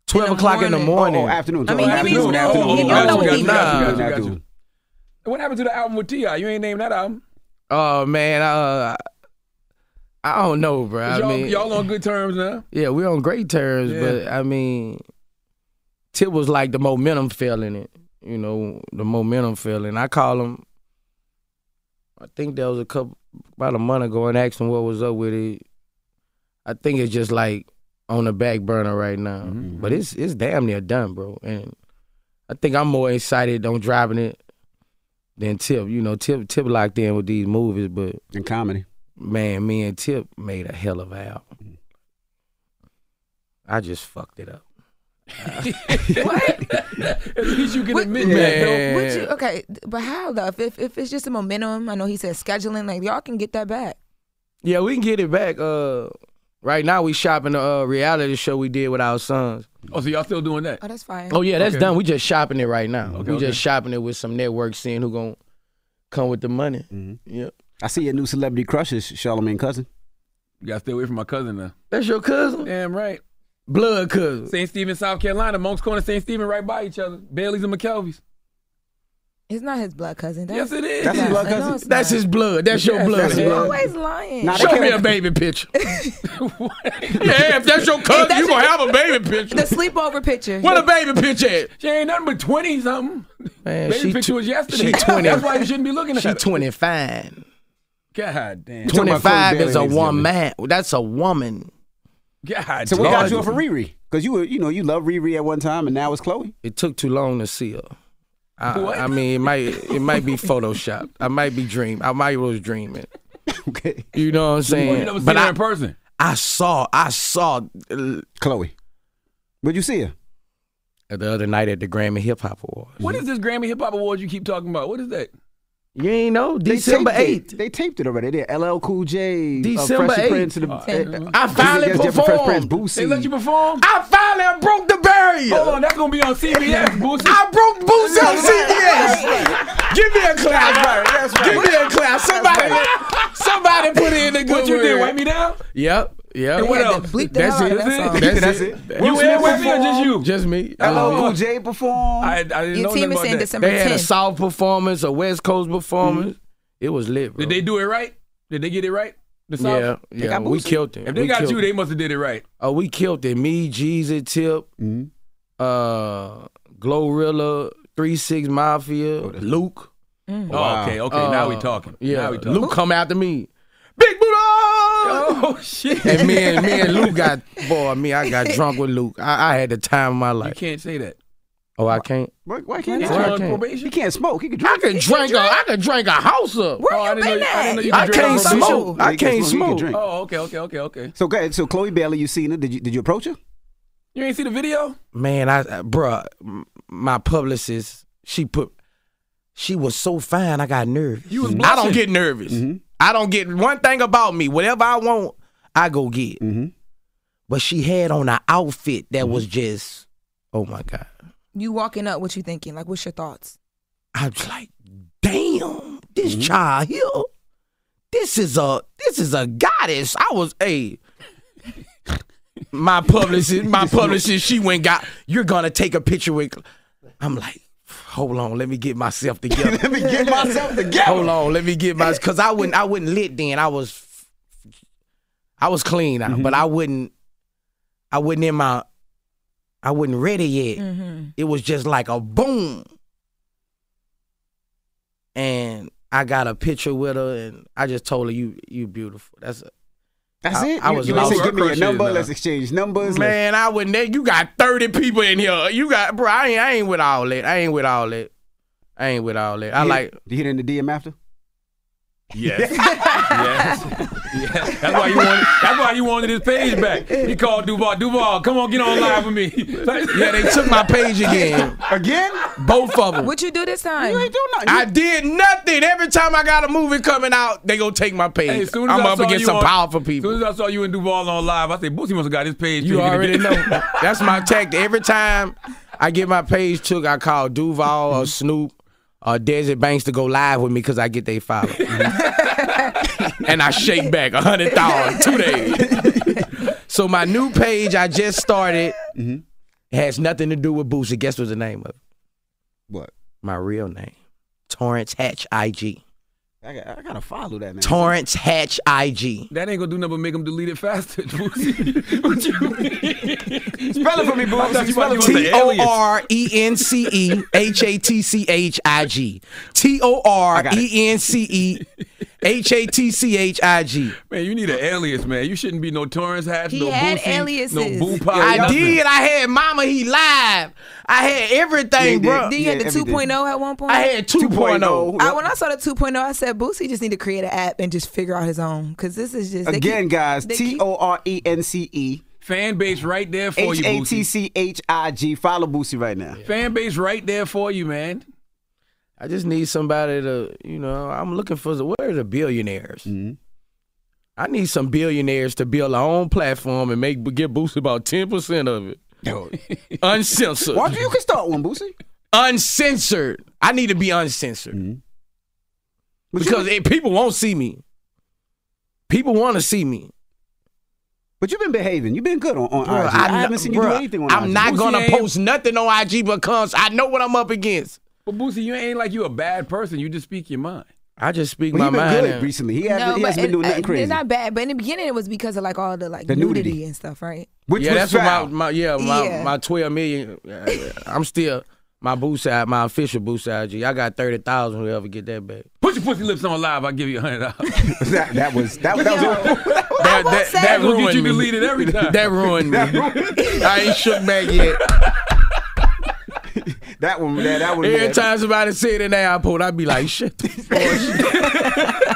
Speaker 7: twelve o'clock in the morning.
Speaker 1: Oh, oh, afternoon.
Speaker 8: I mean, he
Speaker 1: afternoon,
Speaker 8: means
Speaker 1: afternoon,
Speaker 8: noon. He
Speaker 1: afternoon,
Speaker 8: don't know
Speaker 1: afternoon,
Speaker 8: what he
Speaker 1: afternoon,
Speaker 9: does. Nah.
Speaker 1: afternoon.
Speaker 9: And what happened to the album with Ti? You ain't named that album.
Speaker 7: oh man, uh, I don't know, bro. I
Speaker 9: y'all,
Speaker 7: mean,
Speaker 9: y'all on good terms now.
Speaker 7: Yeah, we're on great terms,
Speaker 9: Yeah.
Speaker 7: but I mean, Tip was like the momentum feeling it. You know, the momentum feeling. I call him. I think that was a couple about a month ago, and asked him what was up with it. I think it's just like on the back burner right now, but it's it's damn near done, bro. And I think I'm more excited on driving it than Tip. You know, Tip Tip locked in with these movies, but
Speaker 1: And comedy.
Speaker 7: man, me and Tip made a hell of an album. I just fucked it
Speaker 9: [laughs]
Speaker 7: up.
Speaker 9: At least you can
Speaker 8: What-
Speaker 9: admit that.
Speaker 7: Man.
Speaker 8: Would you, okay, th- but how though? If, if if it's just a momentum, I know he said scheduling. Like y'all can get that back.
Speaker 7: Yeah, we can get it back. Uh, right now we shopping the uh, reality show we did with our sons.
Speaker 9: Oh, so y'all still doing that?
Speaker 8: Oh, that's fire.
Speaker 7: Oh yeah, that's
Speaker 9: Okay.
Speaker 7: done. We just shopping it right now.
Speaker 9: Okay,
Speaker 7: we
Speaker 9: okay.
Speaker 7: just shopping it with some networks, seeing who gonna come with the money.
Speaker 9: Mm-hmm.
Speaker 7: Yeah,
Speaker 1: I see your new celebrity crushes, Charlamagne cousin.
Speaker 9: You gotta stay away from my cousin now.
Speaker 7: that's your cousin,
Speaker 9: Damn right.
Speaker 7: blood cousin.
Speaker 9: St. Stephen, South Carolina, Monk's Corner, St. Stephen, right by each other. Bailey's and McKelvey's.
Speaker 8: It's not his blood cousin. That's,
Speaker 9: Yes, it is.
Speaker 1: That's his blood
Speaker 8: No,
Speaker 1: cousin.
Speaker 8: it's
Speaker 7: That's
Speaker 8: not.
Speaker 7: his blood. That's your
Speaker 9: Yes,
Speaker 7: blood.
Speaker 9: that's his
Speaker 8: You
Speaker 9: blood.
Speaker 8: always lying.
Speaker 1: Nah,
Speaker 7: Show me a baby picture. yeah, if that's your cousin,
Speaker 8: that's
Speaker 7: you gonna have a baby picture.
Speaker 8: the sleepover picture.
Speaker 7: Where the baby picture at?
Speaker 9: She ain't nothing but 20 something.
Speaker 7: Man,
Speaker 9: Baby
Speaker 7: she
Speaker 9: picture
Speaker 7: tw-
Speaker 9: was yesterday.
Speaker 7: she 20.
Speaker 9: That's why you shouldn't be looking at
Speaker 7: She
Speaker 9: her.
Speaker 7: 25.
Speaker 9: God damn.
Speaker 1: talking about
Speaker 7: 25
Speaker 1: Chloe
Speaker 7: is a
Speaker 1: Bailey,
Speaker 7: one man. That's a woman.
Speaker 9: God
Speaker 1: So what
Speaker 9: damn.
Speaker 1: got you up for Riri? Because you were, you know, you loved Riri at one time, and now it's Chloe. [laughs]
Speaker 7: It took too long to see her. I,
Speaker 9: What?
Speaker 7: I mean, it might it might be photoshopped. I might be dream. I might was dreaming. okay. You know what I'm saying?
Speaker 9: You never seen her in person.
Speaker 7: I saw, I saw uh,
Speaker 1: Chloe. Where'd you see her?
Speaker 7: The other night at the Grammy Hip Hop Awards.
Speaker 9: What is this Grammy Hip Hop Awards you keep talking about? What is that?
Speaker 7: You ain't know
Speaker 1: They
Speaker 7: December
Speaker 1: taped it.
Speaker 7: 8th.
Speaker 1: They taped it already. They LL Cool J,
Speaker 7: December
Speaker 1: uh, Fresh
Speaker 7: 8th.
Speaker 1: Prince, and the, uh,
Speaker 7: I finally
Speaker 1: Jeffrey Fresh Prince,
Speaker 7: performed.
Speaker 1: Boosie.
Speaker 9: You perform?
Speaker 7: I finally broke the barrier.
Speaker 9: Hold on, that's gonna be on CBS, Boosie.
Speaker 7: I broke Boosie on
Speaker 9: That's
Speaker 7: CBS. Give me a clap. Give me a clap. Somebody, somebody put in a good
Speaker 9: What you did,
Speaker 7: word.
Speaker 9: wipe me down?
Speaker 7: Yep. Yep.
Speaker 9: And what They had to else? bleep them
Speaker 7: That's
Speaker 9: out,
Speaker 7: it.
Speaker 9: that's all.
Speaker 7: That's,
Speaker 9: That's
Speaker 7: it.
Speaker 9: it. You and Will Smith or just you?
Speaker 7: Just me.
Speaker 1: LL Cool
Speaker 7: Um,
Speaker 1: J performed.
Speaker 9: Oh, I, I didn't
Speaker 8: Your
Speaker 9: know nothing
Speaker 8: team is
Speaker 9: about
Speaker 8: in
Speaker 9: that.
Speaker 8: December
Speaker 7: They had a
Speaker 8: 10th.
Speaker 7: South performance, a West Coast performance. It was lit, bro.
Speaker 9: Mm-hmm. Did they do it right? Did they get it right? The South?
Speaker 7: Yeah, yeah. We killed it.
Speaker 9: If they
Speaker 7: We
Speaker 9: got
Speaker 7: killed
Speaker 9: you,
Speaker 7: it.
Speaker 9: they must have did it right.
Speaker 7: Oh, we killed it. Me, Jeezy, Tip, uh, Glorilla, Three Six Mafia, Luke.
Speaker 9: Oh, okay, okay. now we
Speaker 7: Uh,
Speaker 9: talking.
Speaker 7: Yeah,
Speaker 9: now we talking.
Speaker 7: Luke come after me. Big Buddha.
Speaker 9: [laughs] Oh shit!
Speaker 7: and me and me
Speaker 9: [laughs]
Speaker 7: and Luke got boy. Me, I got drunk with Luke. I, I had the time of my
Speaker 9: You
Speaker 7: life.
Speaker 9: can't say that.
Speaker 7: Oh, I can't.
Speaker 1: Why, why can't
Speaker 9: Is
Speaker 1: you
Speaker 9: you
Speaker 1: drink?
Speaker 9: on
Speaker 7: can't.
Speaker 9: probation?
Speaker 1: He can't smoke. He can
Speaker 7: I
Speaker 1: drink.
Speaker 7: could drink a. I could drink a house up.
Speaker 8: Where
Speaker 9: Oh, I
Speaker 8: you
Speaker 9: didn't know
Speaker 8: been
Speaker 9: you- I didn't know
Speaker 8: at?
Speaker 9: you-
Speaker 7: I
Speaker 9: drink on
Speaker 7: can't
Speaker 9: probation?
Speaker 7: smoke. I
Speaker 1: You can
Speaker 7: can't
Speaker 1: smoke, you can
Speaker 7: smoke.
Speaker 1: drink.
Speaker 9: Oh, okay, okay, okay, okay.
Speaker 1: So go ahead. So Chloe Bailey, you seen her? Did you did you approach her?
Speaker 9: You ain't see the video?
Speaker 7: Man, I, I bruh, m- my publicist, she put, she was so fine, I got nervous.
Speaker 9: You was
Speaker 7: I
Speaker 9: blushing.
Speaker 7: don't get nervous. I don't get one thing about me. Whatever I want, I go get. But she had on an outfit that was just, oh my god.
Speaker 8: You walking up, what you thinking? Like, what's your thoughts?
Speaker 7: I was like, damn, this
Speaker 1: Mm-hmm.
Speaker 7: child here, this is a this is a goddess. I was a. my
Speaker 1: [laughs]
Speaker 7: publicist, my publicist, she went got. You're gonna take a picture with. I'm like, hold on, let me
Speaker 1: [laughs]
Speaker 7: get myself together.
Speaker 1: Let me get myself together.
Speaker 7: hold on, let me get my. Cause I wouldn't, I wouldn't lit then. I was, f- I was clean out,
Speaker 1: Mm-hmm.
Speaker 7: but I wouldn't, I wouldn't in my, I wasn't ready yet. It was just like a boom. And I got a picture with her, and I just told her, "You, you beautiful." That's it.
Speaker 1: That's
Speaker 7: I-
Speaker 1: it.
Speaker 7: I
Speaker 1: You-
Speaker 7: was
Speaker 1: you ain't
Speaker 7: lost.
Speaker 1: say, give me your
Speaker 9: Crushes,
Speaker 1: number.
Speaker 9: nah.
Speaker 1: Let's exchange numbers. let's-
Speaker 7: Man, I wouldn't. that- You got thirty people in here. You got, bro. I ain't, I ain't with all that. I ain't with all that. I ain't with all that. I
Speaker 1: You-
Speaker 7: like.
Speaker 1: Did you hit her in the DM after?
Speaker 9: Yes. yes. Yes.
Speaker 7: [laughs]
Speaker 9: That's why you wanted. That's why you wanted his page back. He called Duval. Duval, come on, get on live with me. [laughs]
Speaker 7: Yeah, they took my page again.
Speaker 1: Again?
Speaker 7: Both of them.
Speaker 8: What you do this time?
Speaker 1: You ain't do nothing.
Speaker 7: I did nothing. Every time I got a movie coming out, they gonna take my page.
Speaker 9: Hey, as soon as
Speaker 7: I'm
Speaker 9: I
Speaker 7: up
Speaker 9: saw
Speaker 7: against
Speaker 9: you
Speaker 7: some
Speaker 9: on-
Speaker 7: powerful
Speaker 9: As
Speaker 7: people.
Speaker 9: soon as I saw you and Duval on live, I said Boosie must have got his page.
Speaker 7: You
Speaker 9: taken
Speaker 7: already know.
Speaker 9: again." [laughs]
Speaker 7: [laughs] That's my tactic. Every time I get my page took, I call Duval or Snoop or Desert Banks to go live with me because I get they follow. Mm-hmm. [laughs] and I shake back a hundred thousand two days. [laughs] Mm-hmm. so my new page I just started has nothing to do with Boosie. Guess what's the name of it?
Speaker 1: What?
Speaker 7: My real name. Torrance Hatch IG.
Speaker 1: I, got, I gotta follow that man.
Speaker 7: Torrance Hatch IG.
Speaker 9: That ain't gonna do nothing but make him delete it faster. Boosie. what you mean?
Speaker 1: Spell it for me, Boosie.
Speaker 9: I thought you
Speaker 1: Spell
Speaker 9: about
Speaker 1: it
Speaker 9: to
Speaker 1: for
Speaker 9: go
Speaker 1: me.
Speaker 9: with
Speaker 7: T
Speaker 9: the
Speaker 7: O
Speaker 9: alias.
Speaker 7: R E N C E H A T C H I G. T O R E N C E H A T C H I G.
Speaker 9: Man, you need an alias, man. You shouldn't be no Torrance Hatch,
Speaker 8: He
Speaker 9: no
Speaker 8: had
Speaker 9: Boosie,
Speaker 8: aliases.
Speaker 9: no Boo Pop.
Speaker 7: I
Speaker 9: nothing.
Speaker 7: did. I had Mama. He live. I had everything,
Speaker 1: Yeah,
Speaker 7: bro.
Speaker 1: he
Speaker 8: Then you had
Speaker 1: Yeah,
Speaker 8: the 2.0 at one point? oh.
Speaker 7: I had oh.
Speaker 1: Oh,
Speaker 7: 2.0.
Speaker 8: I, when I saw the 2.0, I said Boosie just need to create an app and just figure out his own because this is just they
Speaker 1: Again,
Speaker 8: keep-
Speaker 1: guys.
Speaker 8: they
Speaker 1: T
Speaker 8: keep-
Speaker 1: O R E N C E
Speaker 9: Fan base right there for
Speaker 1: H
Speaker 9: you,
Speaker 1: A T
Speaker 9: Boosie.
Speaker 1: C H I G. Follow Boosie right now.
Speaker 9: Fan base right there for you, man.
Speaker 7: I just need somebody to, you know, I'm looking for the, where are the billionaires? I need some billionaires to build their own platform and make get Boosie about 10% of it. Uncensored.
Speaker 1: Why do you can start one, Boosie?
Speaker 7: uncensored. I need to be uncensored
Speaker 1: Mm-hmm. But you
Speaker 7: because
Speaker 1: been-
Speaker 7: it, people won't see me. People want to see me.
Speaker 1: but you've been behaving. You've been good on, on
Speaker 7: Bruh,
Speaker 1: IG. I, haven't seen you do
Speaker 7: bruh,
Speaker 1: anything on
Speaker 7: I'm
Speaker 1: IG.
Speaker 7: not
Speaker 9: Boosie
Speaker 7: gonna
Speaker 9: ain't-
Speaker 7: post nothing on IG because I know what I'm up against.
Speaker 9: But Boosie, you ain't like you a bad person. You just speak your mind.
Speaker 7: I just speak
Speaker 1: But
Speaker 7: my
Speaker 1: you've been
Speaker 7: mind.
Speaker 1: good
Speaker 7: and-
Speaker 1: recently. He hasn't, he hasn't
Speaker 8: it-
Speaker 1: been doing
Speaker 8: uh,
Speaker 1: nothing crazy.
Speaker 8: It's not bad, but in the beginning it was because of like all the like
Speaker 1: The nudity.
Speaker 8: nudity. and stuff, right?
Speaker 1: Which
Speaker 7: yeah,
Speaker 1: was
Speaker 7: that's
Speaker 1: foul.
Speaker 7: what my, my yeah my
Speaker 8: Yeah.
Speaker 7: my 12 million. uh, I'm still my boo side, my official boo side. G. I got thirty thousand. Whoever get that back.
Speaker 9: Put your pussy lips on live. I'll give you a hundred dollars. [laughs]
Speaker 1: [laughs] that, that was that, was- [laughs] that was.
Speaker 7: That
Speaker 8: will
Speaker 7: that,
Speaker 8: say-
Speaker 7: that
Speaker 8: We'll
Speaker 9: We'll get
Speaker 7: ruined
Speaker 9: you
Speaker 7: me. [laughs]
Speaker 9: deleted every time.
Speaker 7: That ruined me. I ain't shook back yet.
Speaker 1: That one, that, that one.
Speaker 7: Every
Speaker 1: yeah.
Speaker 7: [laughs] time somebody said it in the airport, I'd be like, shit. the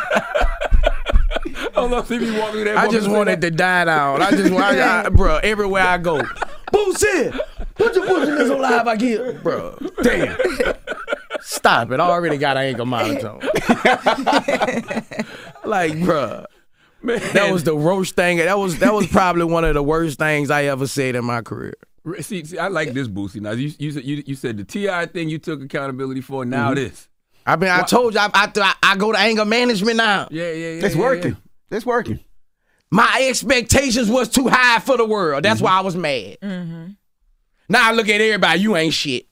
Speaker 7: fuck?"
Speaker 9: pull up, see if you walk through that.
Speaker 7: I just wanted to die down. I just want, I, I, bro, everywhere I go, Boosie, put your pussy in this live I get, bro. Damn. Stop it! I already got an ankle [laughs] monotone. like, bruh. That was the roast thing. That was that was probably one of the worst things I ever said in my career.
Speaker 9: See, see, I like this Boosie. Now you you said- you, you said the Ti thing you took accountability for. Now
Speaker 1: Mm-hmm.
Speaker 7: Mhm.
Speaker 9: this.
Speaker 7: I mean, I
Speaker 9: Why-
Speaker 7: told you, I, I, I, I go to anger management now.
Speaker 9: Yeah, yeah, yeah.
Speaker 7: It's
Speaker 9: yeah,
Speaker 7: working.
Speaker 1: It's working.
Speaker 7: My expectations was too high for the world. That's why I was mad. Now I look at everybody. You ain't shit.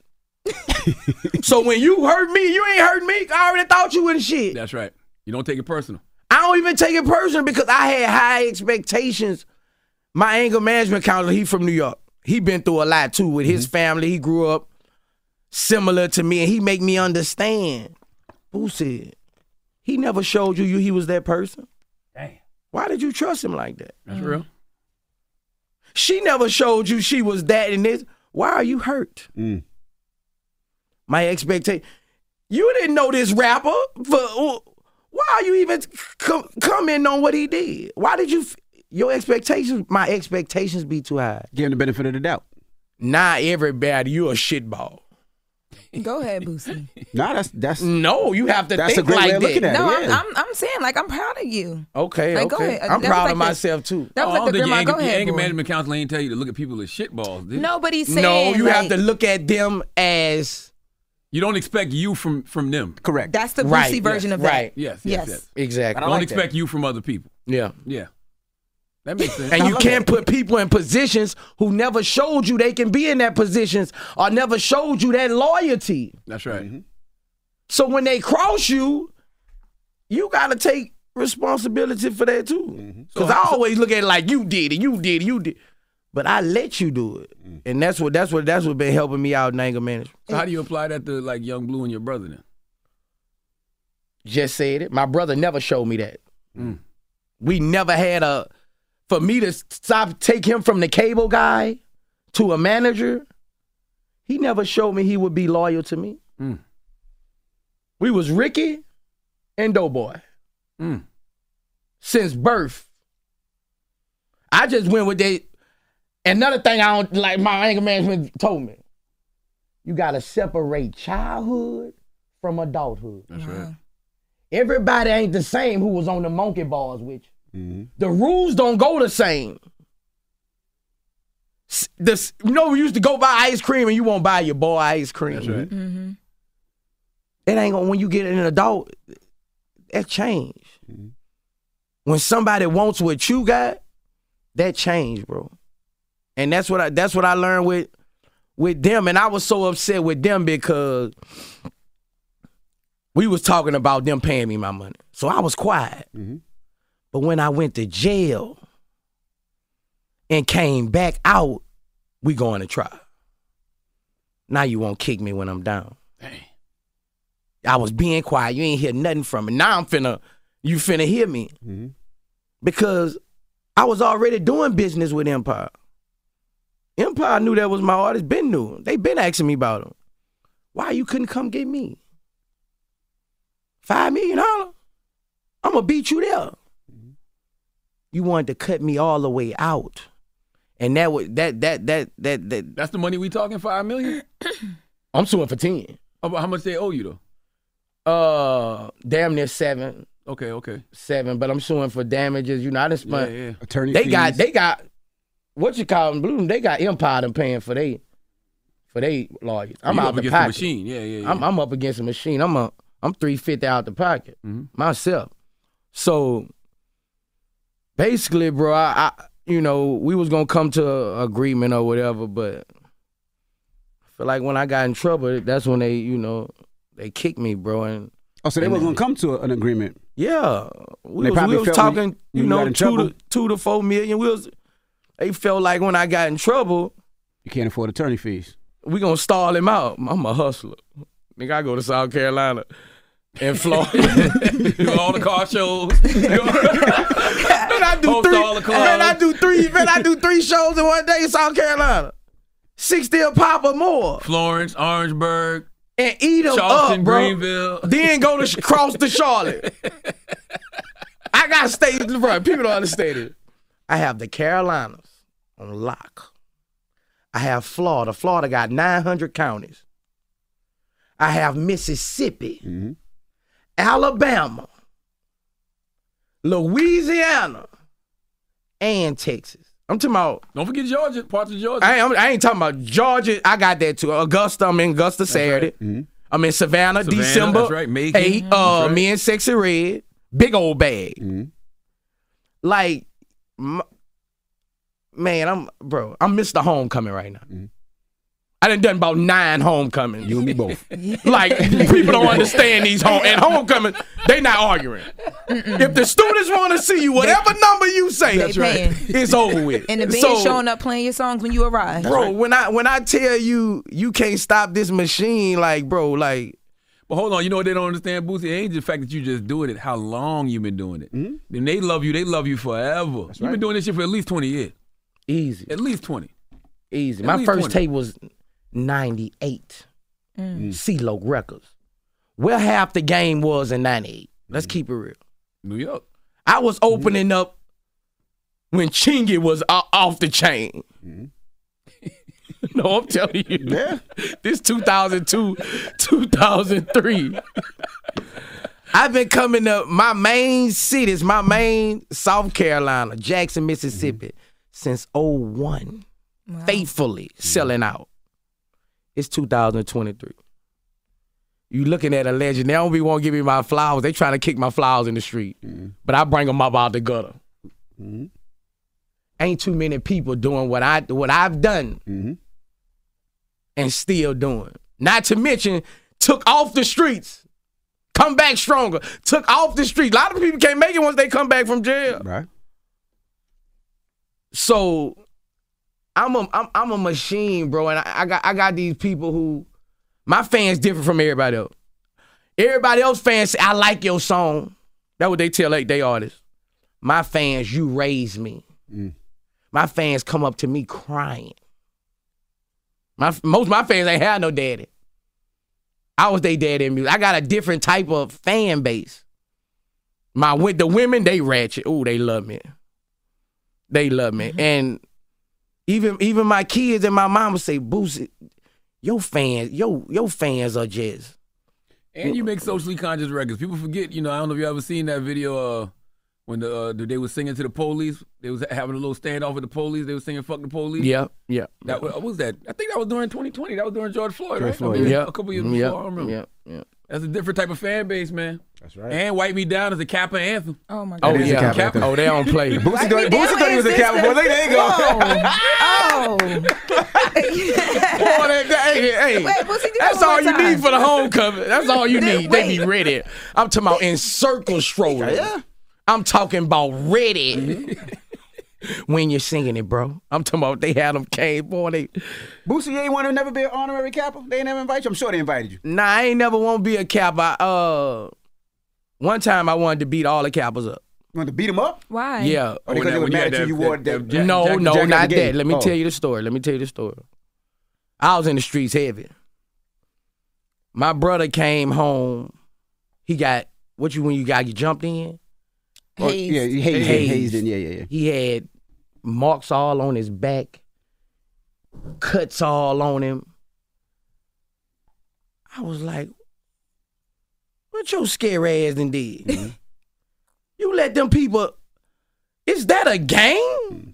Speaker 7: so when you hurt me, you ain't hurt me. I already thought you wasn't shit.
Speaker 9: That's right. You don't take it personal.
Speaker 7: I don't even take it personal because I had high expectations. My anger management counselor, he from New York. He been through a lot too with his family. He grew up similar to me, and he make me understand. Who said he never showed you you he was that person?
Speaker 9: Damn.
Speaker 7: Why did you trust him like that?
Speaker 9: That's real.
Speaker 1: Mm-hmm.
Speaker 7: She never showed you she was that and this. Why are you hurt?
Speaker 1: Mm.
Speaker 7: My expectation. You didn't know this rapper. For why are you even com- commenting on what he did? Why did you? f- Your expectations. My expectations be too high.
Speaker 1: Give him the benefit of the doubt.
Speaker 7: Not everybody. You a shitball.
Speaker 1: [laughs]
Speaker 8: Go ahead, Boosie.
Speaker 1: Nah, that's that's
Speaker 9: Mm.
Speaker 7: no. You have to
Speaker 1: That's
Speaker 7: think
Speaker 1: a great
Speaker 7: like
Speaker 1: way of
Speaker 7: that.
Speaker 1: looking at it.
Speaker 8: No,
Speaker 1: yeah.
Speaker 8: I'm, I'm I'm saying like I'm proud of you.
Speaker 7: Okay.
Speaker 8: Like, go
Speaker 7: okay.
Speaker 8: ahead.
Speaker 7: I'm
Speaker 8: That was
Speaker 7: proud
Speaker 8: like
Speaker 7: of
Speaker 8: the-
Speaker 7: myself too. Oh,
Speaker 9: I
Speaker 8: That was like
Speaker 9: don't
Speaker 8: the
Speaker 9: think your
Speaker 8: grandma.
Speaker 9: anger,
Speaker 8: Go
Speaker 9: your
Speaker 8: ahead,
Speaker 9: anger
Speaker 8: boy.
Speaker 9: management counselor ain't tell you to look at people as shitballs. did he?
Speaker 8: No, but he's saying
Speaker 7: No, you have
Speaker 8: like,
Speaker 7: to look at them as
Speaker 9: You don't expect you from from them.
Speaker 1: Correct.
Speaker 8: That's the Boosie
Speaker 7: Right, yeah,
Speaker 8: version of that.
Speaker 7: right.
Speaker 9: Yes. Yes. yes.
Speaker 7: exactly.
Speaker 9: Don't expect you from other people.
Speaker 7: Yeah.
Speaker 9: Yeah. That makes sense.
Speaker 7: And you can't put people in positions who never showed you they can be in that positions or never showed you that loyalty.
Speaker 9: That's right.
Speaker 7: So when they cross you, you gotta take responsibility for that too. Because I always look at it like you did it, you did it, you did. But I let you do it. And that's what that's what that's what been helping me out in anger management.
Speaker 9: So how do you apply that to like Young Blue and your brother then?
Speaker 7: just said it. My brother never showed me that. We never had a. For me to stop take him from the cable guy to a manager, he never showed me he would be loyal to me.
Speaker 9: Mm.
Speaker 7: We was Ricky and Doughboy since birth. I just went with they. Another thing I don't like. My anger management told me, you gotta separate childhood from adulthood.
Speaker 9: That's right.
Speaker 7: Everybody ain't the same who was on the monkey bars with you.
Speaker 9: Mm-hmm.
Speaker 7: The rules don't go the same. S- This, you know, we used to go buy ice cream and you won't buy your boy ice cream.
Speaker 9: That's right.
Speaker 7: It ain't gonna, when you get an adult, that change.
Speaker 9: Mm-hmm.
Speaker 7: When somebody wants what you got, that change, bro. And that's what I that's what I learned with with them. And I was so upset with them because we was talking about them paying me my money. So I was quiet. But when I went to jail and came back out, we going to trial. Now you won't kick me when I'm down. I was being quiet. You ain't hear nothing from me. Now I'm finna, you finna hear me. Because I was already doing business with Empire. Empire knew that was my artist. Been knew. They been asking me about him. Why you couldn't come get me? Five million dollar. I'm gonna beat you there. You wanted to cut me all the way out, and that was that that that that that.
Speaker 9: That's the money we talking five million?
Speaker 7: [clears throat] I'm suing for ten.
Speaker 9: Oh, but how much they owe you though?
Speaker 7: Uh, damn near seven,
Speaker 9: Okay, okay.
Speaker 7: seven. But I'm suing for damages. You know, I just
Speaker 9: Yeah,
Speaker 7: spent.
Speaker 9: yeah.
Speaker 1: Attorney
Speaker 7: They
Speaker 1: fees.
Speaker 7: got they got what you call them blue. They got Empire them paying for they for they lawyers. I'm
Speaker 9: You
Speaker 7: out
Speaker 9: up
Speaker 7: the
Speaker 9: against
Speaker 7: pocket.
Speaker 9: machine. Yeah, yeah, yeah.
Speaker 7: I'm, I'm up against a machine. I'm a I'm three fifty out the pocket
Speaker 9: Mm-hmm.
Speaker 7: myself. So basically, bro, I, I you know we was gonna come to a agreement or whatever, but I feel like when I got in trouble, that's when they you know they kicked me, bro, and
Speaker 1: Oh, so they were gonna come to an agreement.
Speaker 7: yeah,
Speaker 1: And
Speaker 7: we
Speaker 1: they
Speaker 7: was,
Speaker 1: probably
Speaker 7: we was
Speaker 1: felt when
Speaker 7: talking,
Speaker 1: you got
Speaker 7: you know,
Speaker 1: in
Speaker 7: two
Speaker 1: trouble.
Speaker 7: to two to four million. We was they felt like when I got in trouble,
Speaker 1: You can't afford attorney fees.
Speaker 7: we gonna stall him out. I'm a hustler. Nigga, I go to South Carolina and
Speaker 9: [laughs]
Speaker 7: Florida.
Speaker 9: Do all the car shows.
Speaker 7: [laughs] man, I do
Speaker 9: Post
Speaker 7: three.
Speaker 9: all the clubs.
Speaker 7: Man, I do three. Man, I do three shows in one day in South Carolina. Sixty a pop or more,
Speaker 9: Florence, Orangeburg,
Speaker 7: and eat them
Speaker 9: Charleston,
Speaker 7: up, bro.
Speaker 9: Greenville.
Speaker 7: Then go to cross to Charlotte. I got states in the front. People don't understand it. I have the Carolinas on lock. I have Florida. Florida got 900 counties. I have Mississippi, Alabama, Louisiana, and Texas. I'm talking about.
Speaker 9: Don't forget Georgia, parts of Georgia.
Speaker 7: I ain't, I'm- I ain't talking about Georgia. I got that too. Augusta. I'm in Augusta Saturday. I'm in Savannah,
Speaker 9: Savannah,
Speaker 7: December.
Speaker 9: that's right, Macon.
Speaker 7: Eight. Uh,
Speaker 9: That's right.
Speaker 7: me and Sexy Red. Big old bag. Like, m- man, I'm bro. I'm Mr. Homecoming right now. I done done about nine homecomings. You and me both. [laughs] like people don't understand these home and homecoming. They not arguing. If the students want to see you, whatever number you say,
Speaker 8: That's right.
Speaker 7: It's over with.
Speaker 8: And the band
Speaker 7: So-
Speaker 8: showing up playing your songs when you arrive.
Speaker 7: bro. When I when I tell you you can't stop this machine, like bro, like
Speaker 9: But hold on, you know what they don't understand, Boosie? It ain't the fact that you just doing it, how long you been doing it. Then they love you, they love you forever. You've been doing this shit for at least 20 years.
Speaker 7: Easy.
Speaker 9: At least 20.
Speaker 7: easy.
Speaker 9: At
Speaker 7: My
Speaker 9: least
Speaker 7: first
Speaker 9: 20.
Speaker 7: tape was ninety eight, CeeLo Records. Where half the game was in ninety eight. Let's keep it real.
Speaker 9: Mm. New York.
Speaker 7: I was opening up when Chingy was o- off the chain. [laughs]
Speaker 9: Mm-hmm.
Speaker 7: no, I'm telling you. This 2002, 2003. I've been coming up, my main cities, my main South Carolina, Jackson, Mississippi, since 01. Faithfully selling out. It's 2023. You looking at a legend. They don't be want to give me my flowers. They trying to kick my flowers in the street. But I bring them up out the gutter. Ain't too many people doing what I what I've done and still doing. Not to mention, took off the streets. Come back stronger. Took off the street. A lot of people can't make it once they come back from jail.
Speaker 1: Right.
Speaker 7: So I'm a I'm, I'm a machine, bro. And I, I got I got these people who my fans different from everybody else. Everybody else fans say, I like your song. That's what they tell like they artists. My fans, you raised me. My fans come up to me crying. My most of my fans ain't had no daddy. I was their daddy in music. I got a different type of fan base. My wi- the women, they ratchet. Ooh, they love me. They love me. And even even my kids and my mama say, Boosie, your fans, your your fans are just
Speaker 9: And you make socially conscious records. People forget, you know, I don't know if you ever seen that video uh, when the, uh, they were singing to the police. They was having a little standoff with the police. They were singing fuck the police.
Speaker 7: Yeah, yeah.
Speaker 9: That wa- what was that? I think that was during 2020. That was during George Floyd,
Speaker 7: George
Speaker 9: right?
Speaker 7: Floyd,
Speaker 9: I mean,
Speaker 7: yeah.
Speaker 9: A couple years
Speaker 7: Mhm,
Speaker 9: before,
Speaker 7: yeah,
Speaker 9: I don't remember.
Speaker 7: yeah, yeah.
Speaker 9: That's a different type of fan base, man. That's
Speaker 1: right.
Speaker 9: And Wipe Me Down is a Kappa anthem.
Speaker 8: Oh, my
Speaker 7: Oh yeah, oh they don't play.
Speaker 1: Boosie thought, Boosie thought he was a cowboy. Look, there you go.
Speaker 8: Oh.
Speaker 7: Oh. Boy, that- that- hey, hey.
Speaker 8: Wait, Boosie, do that
Speaker 7: That's
Speaker 8: one
Speaker 7: all
Speaker 8: more
Speaker 7: you
Speaker 8: time.
Speaker 7: need for the homecoming. That's all you
Speaker 8: Then
Speaker 7: need. They be ready. I'm talking about in circle strolling. I'm talking about ready. when you're singing it, bro. I'm talking about they had them came, boy. They
Speaker 1: Boosie, you ain't want to never be an honorary capper? They ain't never invite you? I'm sure they invited you.
Speaker 7: nah, I ain't never want to be a cap. I, uh, one time I wanted to beat all the cappers up.
Speaker 1: You want to beat him up?
Speaker 8: [laughs] Why?
Speaker 7: Yeah.
Speaker 1: Oh, because they were
Speaker 9: when you
Speaker 1: mad at
Speaker 9: had
Speaker 1: you.
Speaker 9: that-
Speaker 1: You
Speaker 9: that-
Speaker 1: wore
Speaker 9: that
Speaker 1: that.
Speaker 9: jack-
Speaker 7: no,
Speaker 1: jack-
Speaker 7: no,
Speaker 1: jacket
Speaker 7: not
Speaker 1: of the game.
Speaker 7: that. Let me
Speaker 1: Oh.
Speaker 7: tell you the story. Let me tell you the story. I was in the streets heavy. My brother came home. He got what you when you got you jumped in.
Speaker 1: Oh, yeah, he hazed,
Speaker 7: Hazed.
Speaker 1: hazed in. Yeah, yeah, yeah.
Speaker 7: He had marks all on his back, cuts all on him. I was like, what your scary ass done did?
Speaker 1: Mm-hmm.
Speaker 7: [laughs] you let them people, is that a
Speaker 1: Mm-hmm.
Speaker 7: game?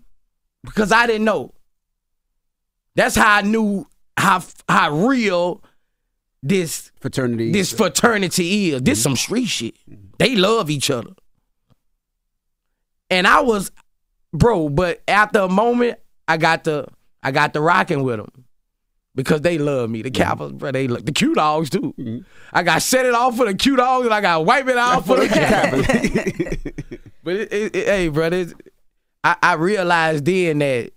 Speaker 7: Because I didn't know. That's how I knew how how real this
Speaker 1: Fraternity.
Speaker 7: this fraternity is. This some street shit. They love each other. And I was, bro, but after a moment, I got the I got the rocking with them. Because they love me. The Cowboys, bro, they look the Q dogs too. I got set it off for the Q dogs and I got wipe it out for the Cowboys. but it, it, it- hey, bro, it's, I, I realized then that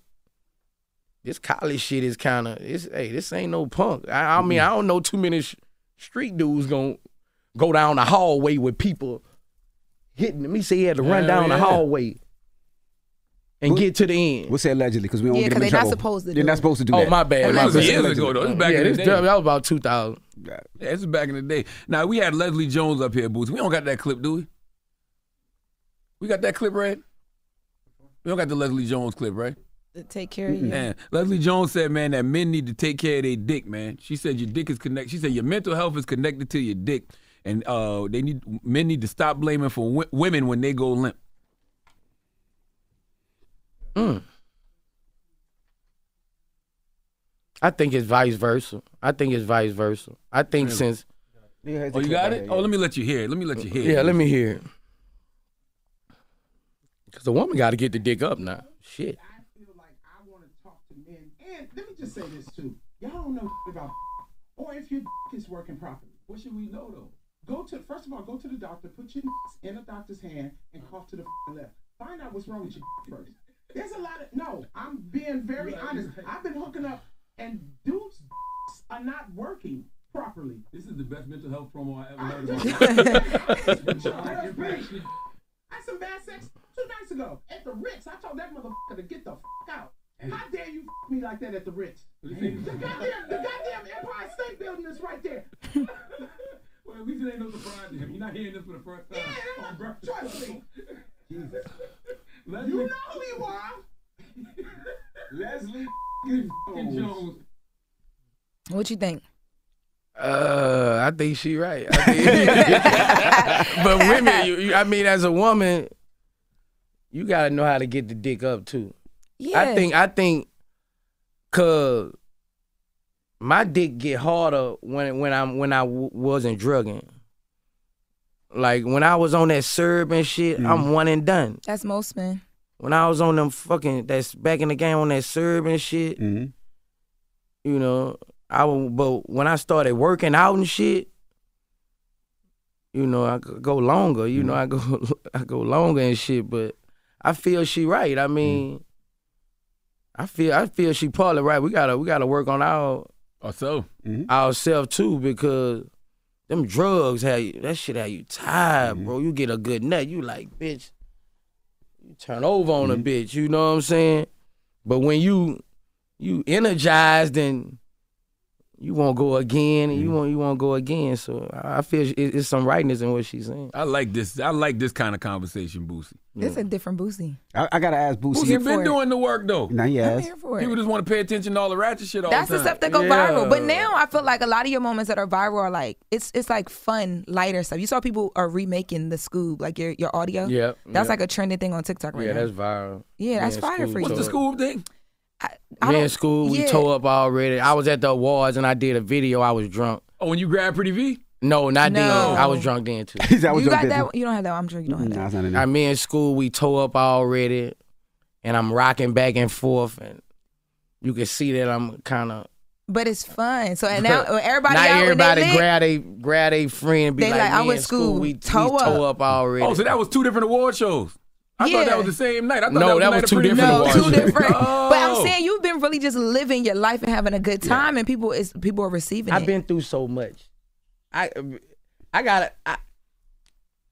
Speaker 7: this college shit is kind of it's hey this ain't no punk. I, I mean
Speaker 9: Mm-hmm.
Speaker 7: I don't know too many sh- street dudes gonna go down the hallway with people hitting them. He said he had to run
Speaker 9: Hell
Speaker 7: down the
Speaker 9: yeah.
Speaker 7: hallway and
Speaker 1: Who-
Speaker 7: get to the
Speaker 1: [laughs]
Speaker 7: end.
Speaker 1: We'll say allegedly because we don't
Speaker 8: Yeah,
Speaker 1: get
Speaker 8: 'cause
Speaker 1: them in
Speaker 8: they not
Speaker 1: trouble.
Speaker 8: supposed to
Speaker 1: They're
Speaker 8: do
Speaker 1: not
Speaker 8: it.
Speaker 1: supposed to do
Speaker 7: Oh
Speaker 1: that.
Speaker 7: my bad.
Speaker 9: Oh,
Speaker 7: my
Speaker 9: that was
Speaker 7: bad.
Speaker 9: years ago, though. That was back
Speaker 7: yeah,
Speaker 9: in the
Speaker 7: this
Speaker 9: day.
Speaker 7: that was about two thousand.
Speaker 9: Yeah, this is back in the day. Now we had Leslie Jones up here, Boots. We don't got that clip, do we? We got that clip, right? We don't got the Leslie Jones clip, right?
Speaker 8: To take care of you.
Speaker 9: Man, Leslie Jones said, man, that men need to take care of their dick, man. She said your dick is connected. She said your mental health is connected to your dick, and uh, they need men need to stop blaming for w- women when they go limp.
Speaker 7: Mm. I think it's vice versa. I think it's vice versa. I think
Speaker 9: Really?
Speaker 7: since
Speaker 9: Oh, you got it? Oh, let me let you hear it. Let me let you hear it.
Speaker 7: yeah, let me hear it. Cause the woman got to get the dick up now. Shit.
Speaker 10: And let me just say this too. Y'all don't know about [laughs] or if your [laughs] is working properly. What should we know though? Go to first of all, go to the doctor, put your [laughs] in a doctor's hand and
Speaker 9: Uh-huh.
Speaker 10: cough to the [laughs] left. Find out what's wrong with your [laughs] first. There's a lot of no, I'm being very honest. I've been hooking up and dudes [laughs] are not working properly.
Speaker 9: This is the best mental health promo I ever
Speaker 10: heard. [laughs] I had some bad sex two nights ago at the Ritz. I told that motherfucker to get the fuck out. How dare you f- me like that at the Ritz? the goddamn, the goddamn Empire State Building is right there.
Speaker 9: [laughs] well, at least it ain't no surprise to him. You're not hearing this for the first time.
Speaker 10: Yeah,
Speaker 9: on breakfast.
Speaker 10: Trust
Speaker 9: [laughs]
Speaker 10: me.
Speaker 9: Leslie,
Speaker 10: You know me, why?
Speaker 9: [laughs] Leslie fucking Jones.
Speaker 7: Mm-hmm.
Speaker 8: What you think?
Speaker 7: Uh, I think she right. I [laughs] think- but women, you, you, I mean, as a woman, you gotta know how to get the dick up too. I
Speaker 8: Yeah.
Speaker 7: think I think, cause my dick get harder when when I'm when I w- wasn't drugging. Like when I was on that syrup and shit, I'm one and done.
Speaker 8: That's most men.
Speaker 7: When I was on them fucking that's back in the game on that syrup and shit, you know, I would, but when I started working out and shit, you know, I could go longer. You know, I go [laughs] I go longer and shit. But I feel she right. I mean, I feel I feel she probably right. We gotta we gotta work on our
Speaker 9: Or Oh, so.
Speaker 7: Mm-hmm. ourselves too because them drugs have you that shit have you tired, bro. You get a good nut, you like bitch. You turn over on a bitch, you know what I'm saying? But when you you energized and you won't go again, and you won't you won't go again. So I I feel it, it's some rightness in what she's saying.
Speaker 9: I like this. I like this kind of conversation, Boosie.
Speaker 7: Mm.
Speaker 8: It's a different Boosie.
Speaker 1: I, I gotta ask
Speaker 9: Boosie
Speaker 1: Boosie.
Speaker 9: been doing the work though.
Speaker 1: Now, yes.
Speaker 8: for it.
Speaker 9: People just want to pay attention to all the ratchet shit all
Speaker 8: That's
Speaker 9: the
Speaker 8: the
Speaker 9: time.
Speaker 8: stuff that go viral. But now I feel like a lot of your moments that are viral are like it's it's like fun, lighter stuff. You saw people are remaking the Scoob, like your your audio.
Speaker 7: Yeah,
Speaker 8: That's
Speaker 7: yeah.
Speaker 8: like a trending thing on TikTok right
Speaker 7: yeah,
Speaker 8: now.
Speaker 7: that's viral.
Speaker 8: Yeah, that's fire for you.
Speaker 9: What's the school thing?
Speaker 7: Me in school, we
Speaker 8: yeah.
Speaker 7: tore up already. I was at the awards and I did a video. I was drunk.
Speaker 9: Oh, when you grab Pretty
Speaker 7: [laughs]
Speaker 9: V?
Speaker 7: No, not
Speaker 8: No.
Speaker 7: then. I was drunk then too.
Speaker 8: you got that? You don't have that. I'm sure you don't have that.
Speaker 7: I mean, in school we toe up already, and I'm rocking back and forth, and you can see that I'm kind of
Speaker 8: But it's
Speaker 7: [laughs]
Speaker 8: fun. So and now everybody
Speaker 7: not
Speaker 8: out when
Speaker 7: everybody
Speaker 8: they lit,
Speaker 7: grab they grab they friend and be
Speaker 8: They
Speaker 7: like,
Speaker 8: like, I
Speaker 7: "Me
Speaker 8: went
Speaker 7: in
Speaker 8: school,
Speaker 7: we
Speaker 8: toe
Speaker 7: we toe up already.
Speaker 9: Oh, so that was two different award shows. I thought
Speaker 8: Yeah.
Speaker 9: that was the same night. I thought
Speaker 7: no, that was,
Speaker 9: the
Speaker 7: two
Speaker 9: night of Pretty
Speaker 7: different
Speaker 9: V.
Speaker 7: awards.
Speaker 9: [laughs]
Speaker 8: two
Speaker 7: [laughs]
Speaker 8: different.
Speaker 9: Oh.
Speaker 8: But I'm saying you've been really just living your life and having a good time, and people is people are receiving
Speaker 7: I've
Speaker 8: it.
Speaker 7: been through so much. I I gotta. I,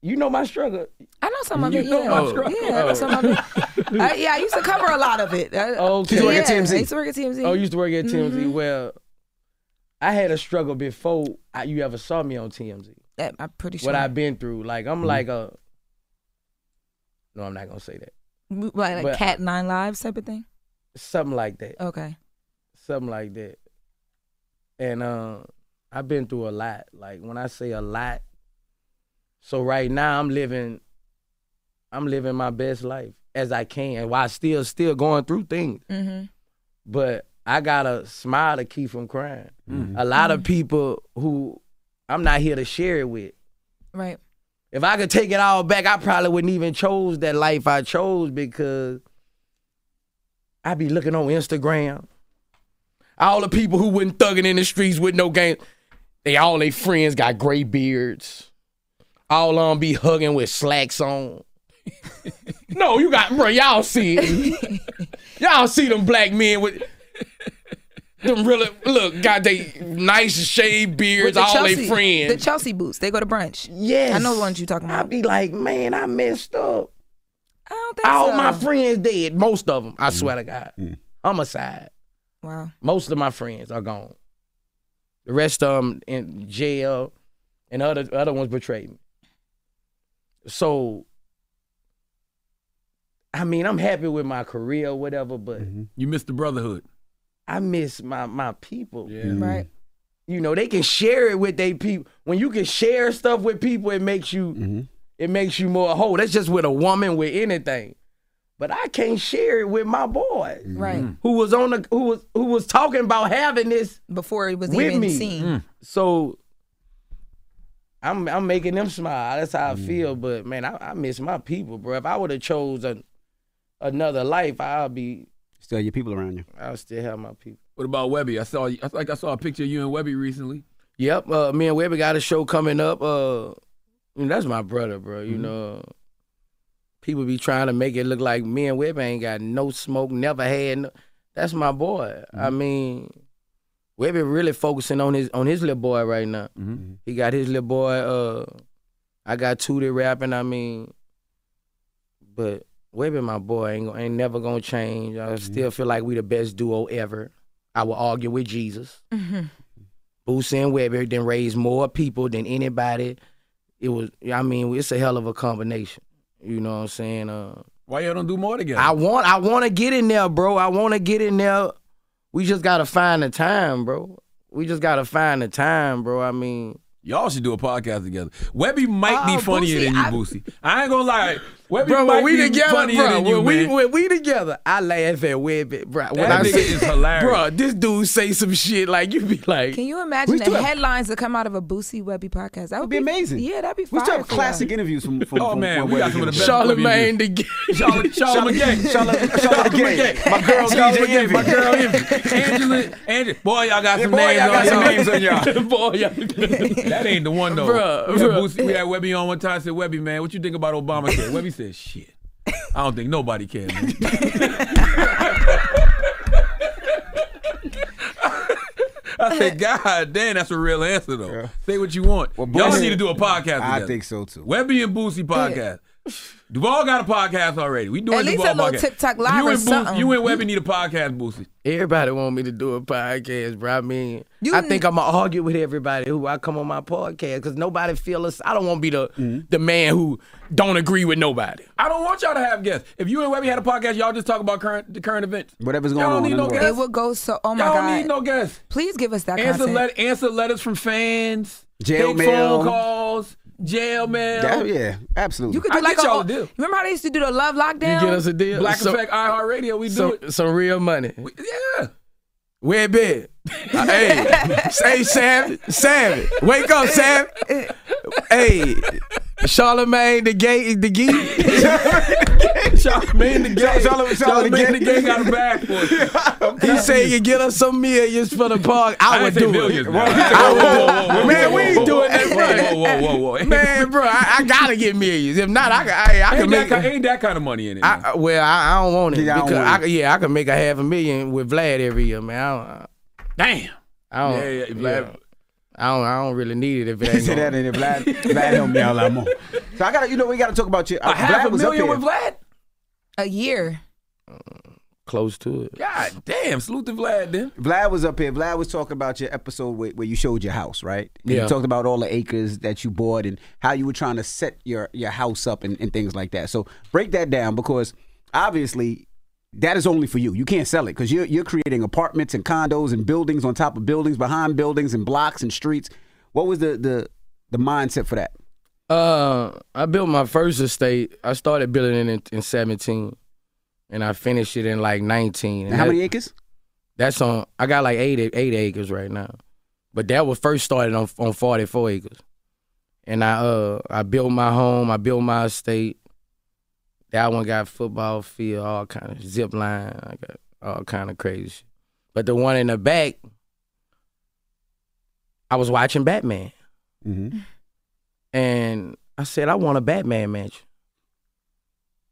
Speaker 7: you know my struggle.
Speaker 8: I know some of
Speaker 7: You
Speaker 8: it.
Speaker 7: know
Speaker 8: yeah.
Speaker 7: my struggle.
Speaker 8: Yeah, I know some of it. I, yeah, I used to cover a lot of it.
Speaker 7: [laughs]
Speaker 8: Oh,
Speaker 7: Okay. Used to work at TMZ.
Speaker 8: I used to work at TMZ.
Speaker 7: Oh, you used to work at TMZ.
Speaker 8: Mm-hmm.
Speaker 7: Well, I had a struggle before I, you ever saw me on TMZ.
Speaker 8: That- I'm pretty sure.
Speaker 7: What I've been through. Like I'm like a. No, I'm not gonna say that.
Speaker 8: like, like
Speaker 7: but-
Speaker 8: Cat Nine Lives type of thing.
Speaker 7: Something like that.
Speaker 8: Okay.
Speaker 7: Something like that. And uh, I've been through a lot. Like when I say a lot, so right now I'm living. I'm living my best life as I can, while still still going through things.
Speaker 8: Mm-hmm.
Speaker 7: but I gotta smile to keep from crying. A lot of people who I'm not here to share it with.
Speaker 8: Right.
Speaker 7: If I could take it all back, I probably wouldn't even chose that life I chose because I be looking on Instagram. All the people who wasn't thugging in the streets with no game, they all they friends got gray beards. All on be hugging with slacks on. [laughs] no, you got bro, y'all see it. [laughs] y'all see them black men with them really look, got they nice shaved
Speaker 8: With
Speaker 7: beards,
Speaker 8: the
Speaker 7: all they
Speaker 8: Chelsea-
Speaker 7: friends.
Speaker 8: The Chelsea boots. They go to brunch.
Speaker 7: Yes.
Speaker 8: I know the ones you're talking
Speaker 7: I
Speaker 8: about.
Speaker 7: be like, man, I messed up.
Speaker 8: I don't think
Speaker 7: All
Speaker 8: so.
Speaker 7: my friends dead. Most of them, I swear to God. Homicide.
Speaker 8: Wow.
Speaker 7: Most of my friends are gone. The rest of them in jail, and other other ones betrayed me. So I mean, I'm happy with my career or whatever, but
Speaker 9: you missed the brotherhood. Mm-hmm.
Speaker 7: I miss my my people.
Speaker 9: Yeah. Right.
Speaker 7: You know, they can share it with their people. When you can share stuff with people, it makes you
Speaker 1: Mm-hmm.
Speaker 7: it makes you more whole. That's just with a woman with anything. But I can't share it with my boy.
Speaker 8: Right. Mhm.
Speaker 7: Who was on the who was who was talking about having this
Speaker 8: before it was
Speaker 7: with
Speaker 8: even
Speaker 7: me. Mm.
Speaker 8: seen.
Speaker 7: So I'm I'm making them smile. That's how
Speaker 1: Mm-hmm.
Speaker 7: I feel. But man, I, I miss my people, bro. If I would have chose an, another life, I'll be
Speaker 1: Still your people around you.
Speaker 7: I'll still have my people.
Speaker 9: What about Webby? I saw I like I saw a picture of you and Webby recently.
Speaker 7: Yep, uh, me and Webby got a show coming up. Uh, and that's my brother, bro. You know, people be trying to make it look like me and Webby ain't got no smoke, never had. No, that's my boy. I mean, Webby really focusing on his on his little boy right now.
Speaker 9: Mm-hmm.
Speaker 7: He got his little boy. Uh, I got Tootie rapping. I mean, but Webby, my boy, ain't gon- ain't never gonna change. I still feel like we the best duo ever. I will argue with Jesus. Boosie and Webber then raised more people than anybody. It was, I mean, it's a hell of a combination. You know what I'm saying? Uh,
Speaker 9: Why y'all don't do more together?
Speaker 7: I want, I want to get in there, bro. I want to get in there. We just gotta find the time, bro. We just gotta find the time, bro. I mean,
Speaker 9: y'all should do a podcast together. Webby might
Speaker 7: Oh,
Speaker 9: be funnier
Speaker 7: Boosie,
Speaker 9: than you,
Speaker 7: I-
Speaker 9: Boosie. I ain't gonna lie. Webby
Speaker 7: bro,
Speaker 9: might
Speaker 7: when we
Speaker 9: be
Speaker 7: together,
Speaker 9: funnier
Speaker 7: bro.
Speaker 9: than you,
Speaker 7: when we
Speaker 9: man.
Speaker 7: when we together, I laugh at Webby, bro. When
Speaker 9: That
Speaker 7: I
Speaker 9: nigga
Speaker 7: say- [laughs]
Speaker 9: is hilarious.
Speaker 7: bro. This dude say some shit like you be like,
Speaker 8: Can you imagine
Speaker 7: still
Speaker 8: the
Speaker 7: have-
Speaker 8: headlines that come out of a Boosie Webby podcast? That would be,
Speaker 1: amazing.
Speaker 8: Yeah, that'd be
Speaker 1: We
Speaker 8: fire.
Speaker 1: still have
Speaker 8: for
Speaker 1: classic
Speaker 8: y'all.
Speaker 1: interviews from, from
Speaker 9: [laughs] Oh,
Speaker 1: from,
Speaker 9: man,
Speaker 1: from
Speaker 9: we got
Speaker 1: Webby
Speaker 9: some of the
Speaker 1: Gillis.
Speaker 9: best
Speaker 7: Charlemagne the Gay.
Speaker 9: Charlotte, Charlotte,
Speaker 1: Charlemagne-
Speaker 9: Charlotte,
Speaker 1: Charlemagne Gay.
Speaker 9: My
Speaker 1: Charlemagne
Speaker 9: girl, Charlotte Gay.
Speaker 1: Gay.
Speaker 9: My girl, Angela, Angela. Boy, y'all got some
Speaker 1: boy,
Speaker 9: names
Speaker 1: y'all
Speaker 9: on
Speaker 1: got some names on
Speaker 9: [laughs]
Speaker 7: [laughs]
Speaker 9: y'all.
Speaker 7: Boy, y'all.
Speaker 9: that ain't the one though.
Speaker 7: Bruh,
Speaker 9: we, had
Speaker 7: bruh.
Speaker 9: Boosie- we had Webby on one time. I said, Webby, man, what you think about Obamacare? Webby said, shit. I don't think nobody cares. Man. I said, God damn, that's a real answer though. Say what you want. Y'all
Speaker 1: Boosie-
Speaker 9: need to do a podcast.
Speaker 1: I
Speaker 9: together.
Speaker 1: think so, too.
Speaker 9: Webby and Boosie podcast. Duval got a podcast already. We doing
Speaker 8: At least
Speaker 9: Duval
Speaker 8: a little
Speaker 9: podcast.
Speaker 8: TikTok live
Speaker 9: you
Speaker 8: or
Speaker 9: and Boosie-
Speaker 8: something.
Speaker 9: You and Webby need a podcast, Boosie.
Speaker 7: [laughs] Everybody want me to do a podcast, bro. I mean, I think I'm gonna argue with everybody who I come on my podcast because nobody feel us. I don't want to be the
Speaker 9: Mm-hmm.
Speaker 7: the man who don't agree with nobody.
Speaker 9: I don't want y'all to have guests. If you and Webby had a podcast, y'all just talk about current the current events.
Speaker 1: Whatever's going
Speaker 9: Y'all don't
Speaker 1: on.
Speaker 9: need no
Speaker 1: in the world.
Speaker 9: guests.
Speaker 8: It would go so. Oh my
Speaker 9: Y'all
Speaker 8: god.
Speaker 9: don't need no guests.
Speaker 8: Please give us that
Speaker 9: Answer,
Speaker 8: content.
Speaker 9: let, answer letters from fans.
Speaker 1: Jail
Speaker 9: take
Speaker 1: mail.
Speaker 9: phone calls. Jail mail.
Speaker 1: That- yeah, absolutely.
Speaker 8: you could do
Speaker 9: I
Speaker 8: like
Speaker 9: get
Speaker 8: a
Speaker 9: y'all
Speaker 8: oh,
Speaker 9: a deal.
Speaker 8: Remember how they used to do the love
Speaker 7: You
Speaker 8: lockdown?
Speaker 7: get us a deal,
Speaker 9: Black
Speaker 7: some,
Speaker 9: Effect iHeartRadio, we do
Speaker 7: some,
Speaker 9: it.
Speaker 7: some real money.
Speaker 9: Yeah.
Speaker 7: Where
Speaker 9: [laughs]
Speaker 7: bed? hey, say Savage, Savage, wake
Speaker 9: [laughs]
Speaker 7: up, Savage. Hey, Charlemagne the gay, the gay.
Speaker 9: [laughs]
Speaker 7: [laughs]
Speaker 9: Charlamagne the Gay.
Speaker 1: Charlamagne- Charlamagne the
Speaker 9: Charlamagne the Gay
Speaker 1: Gay.
Speaker 9: got a bag [laughs] for us.
Speaker 1: [laughs]
Speaker 7: He said you get us some millions for the park. I,
Speaker 9: I
Speaker 7: would
Speaker 9: would
Speaker 7: do
Speaker 9: millions.
Speaker 7: it.
Speaker 9: [laughs] now.
Speaker 7: I
Speaker 9: Whoa, whoa, whoa, whoa,
Speaker 7: would. Man,
Speaker 9: whoa,
Speaker 7: we ain't
Speaker 9: whoa,
Speaker 7: doing
Speaker 9: whoa,
Speaker 7: that, bro.
Speaker 9: Whoa, whoa, whoa, whoa.
Speaker 7: Man, bro, I, I gotta get millions. If not, I I, I can
Speaker 9: ain't, that,
Speaker 7: make.
Speaker 9: ki- ain't that kind of money in it? man.
Speaker 7: I, well, I, I don't want it
Speaker 1: Yeah, I don't
Speaker 7: because I,
Speaker 1: want
Speaker 7: could- yeah, I can make a half a million with Vlad every year, man. I don't,
Speaker 9: Damn.
Speaker 7: I don't,
Speaker 9: Yeah, yeah,
Speaker 7: yeah.
Speaker 9: Vlad-
Speaker 7: I don't, I don't really need it if it
Speaker 1: He
Speaker 7: ain't.
Speaker 1: said that
Speaker 7: gonna-
Speaker 1: in it. Vlad, Vlad helped me out a lot more. So I gotta, you know, we gotta talk about you.
Speaker 9: A half
Speaker 1: Vlad
Speaker 9: a
Speaker 1: was up
Speaker 9: million
Speaker 1: there.
Speaker 9: with uh, Vlad?
Speaker 8: a year.
Speaker 7: Close to it.
Speaker 9: God damn. Salute to Vlad then.
Speaker 1: Vlad was up here. Vlad was talking about your episode where, where you showed your house, right? And
Speaker 7: Yeah.
Speaker 1: You talked about all the acres that you bought and how you were trying to set your, your house up and, and things like that. So break that down because obviously that is only for you. You can't sell it because you're, you're creating apartments and condos and buildings on top of buildings, behind buildings and blocks and streets. What was the the, the mindset for that?
Speaker 7: Uh, I built my first estate. I started building it in, in seventeen, and I finished it in like nineteen.
Speaker 1: And how
Speaker 7: that-
Speaker 1: many acres?
Speaker 7: That's on. I got like eight eight acres right now, but that was first started on on forty four acres, and I uh I built my home. I built my estate. That one got football field, all kind of zip line. I got all kind of crazy shit. But the one in the back, I was watching Batman,
Speaker 1: Mm-hmm.
Speaker 7: and I said I want a Batman mansion.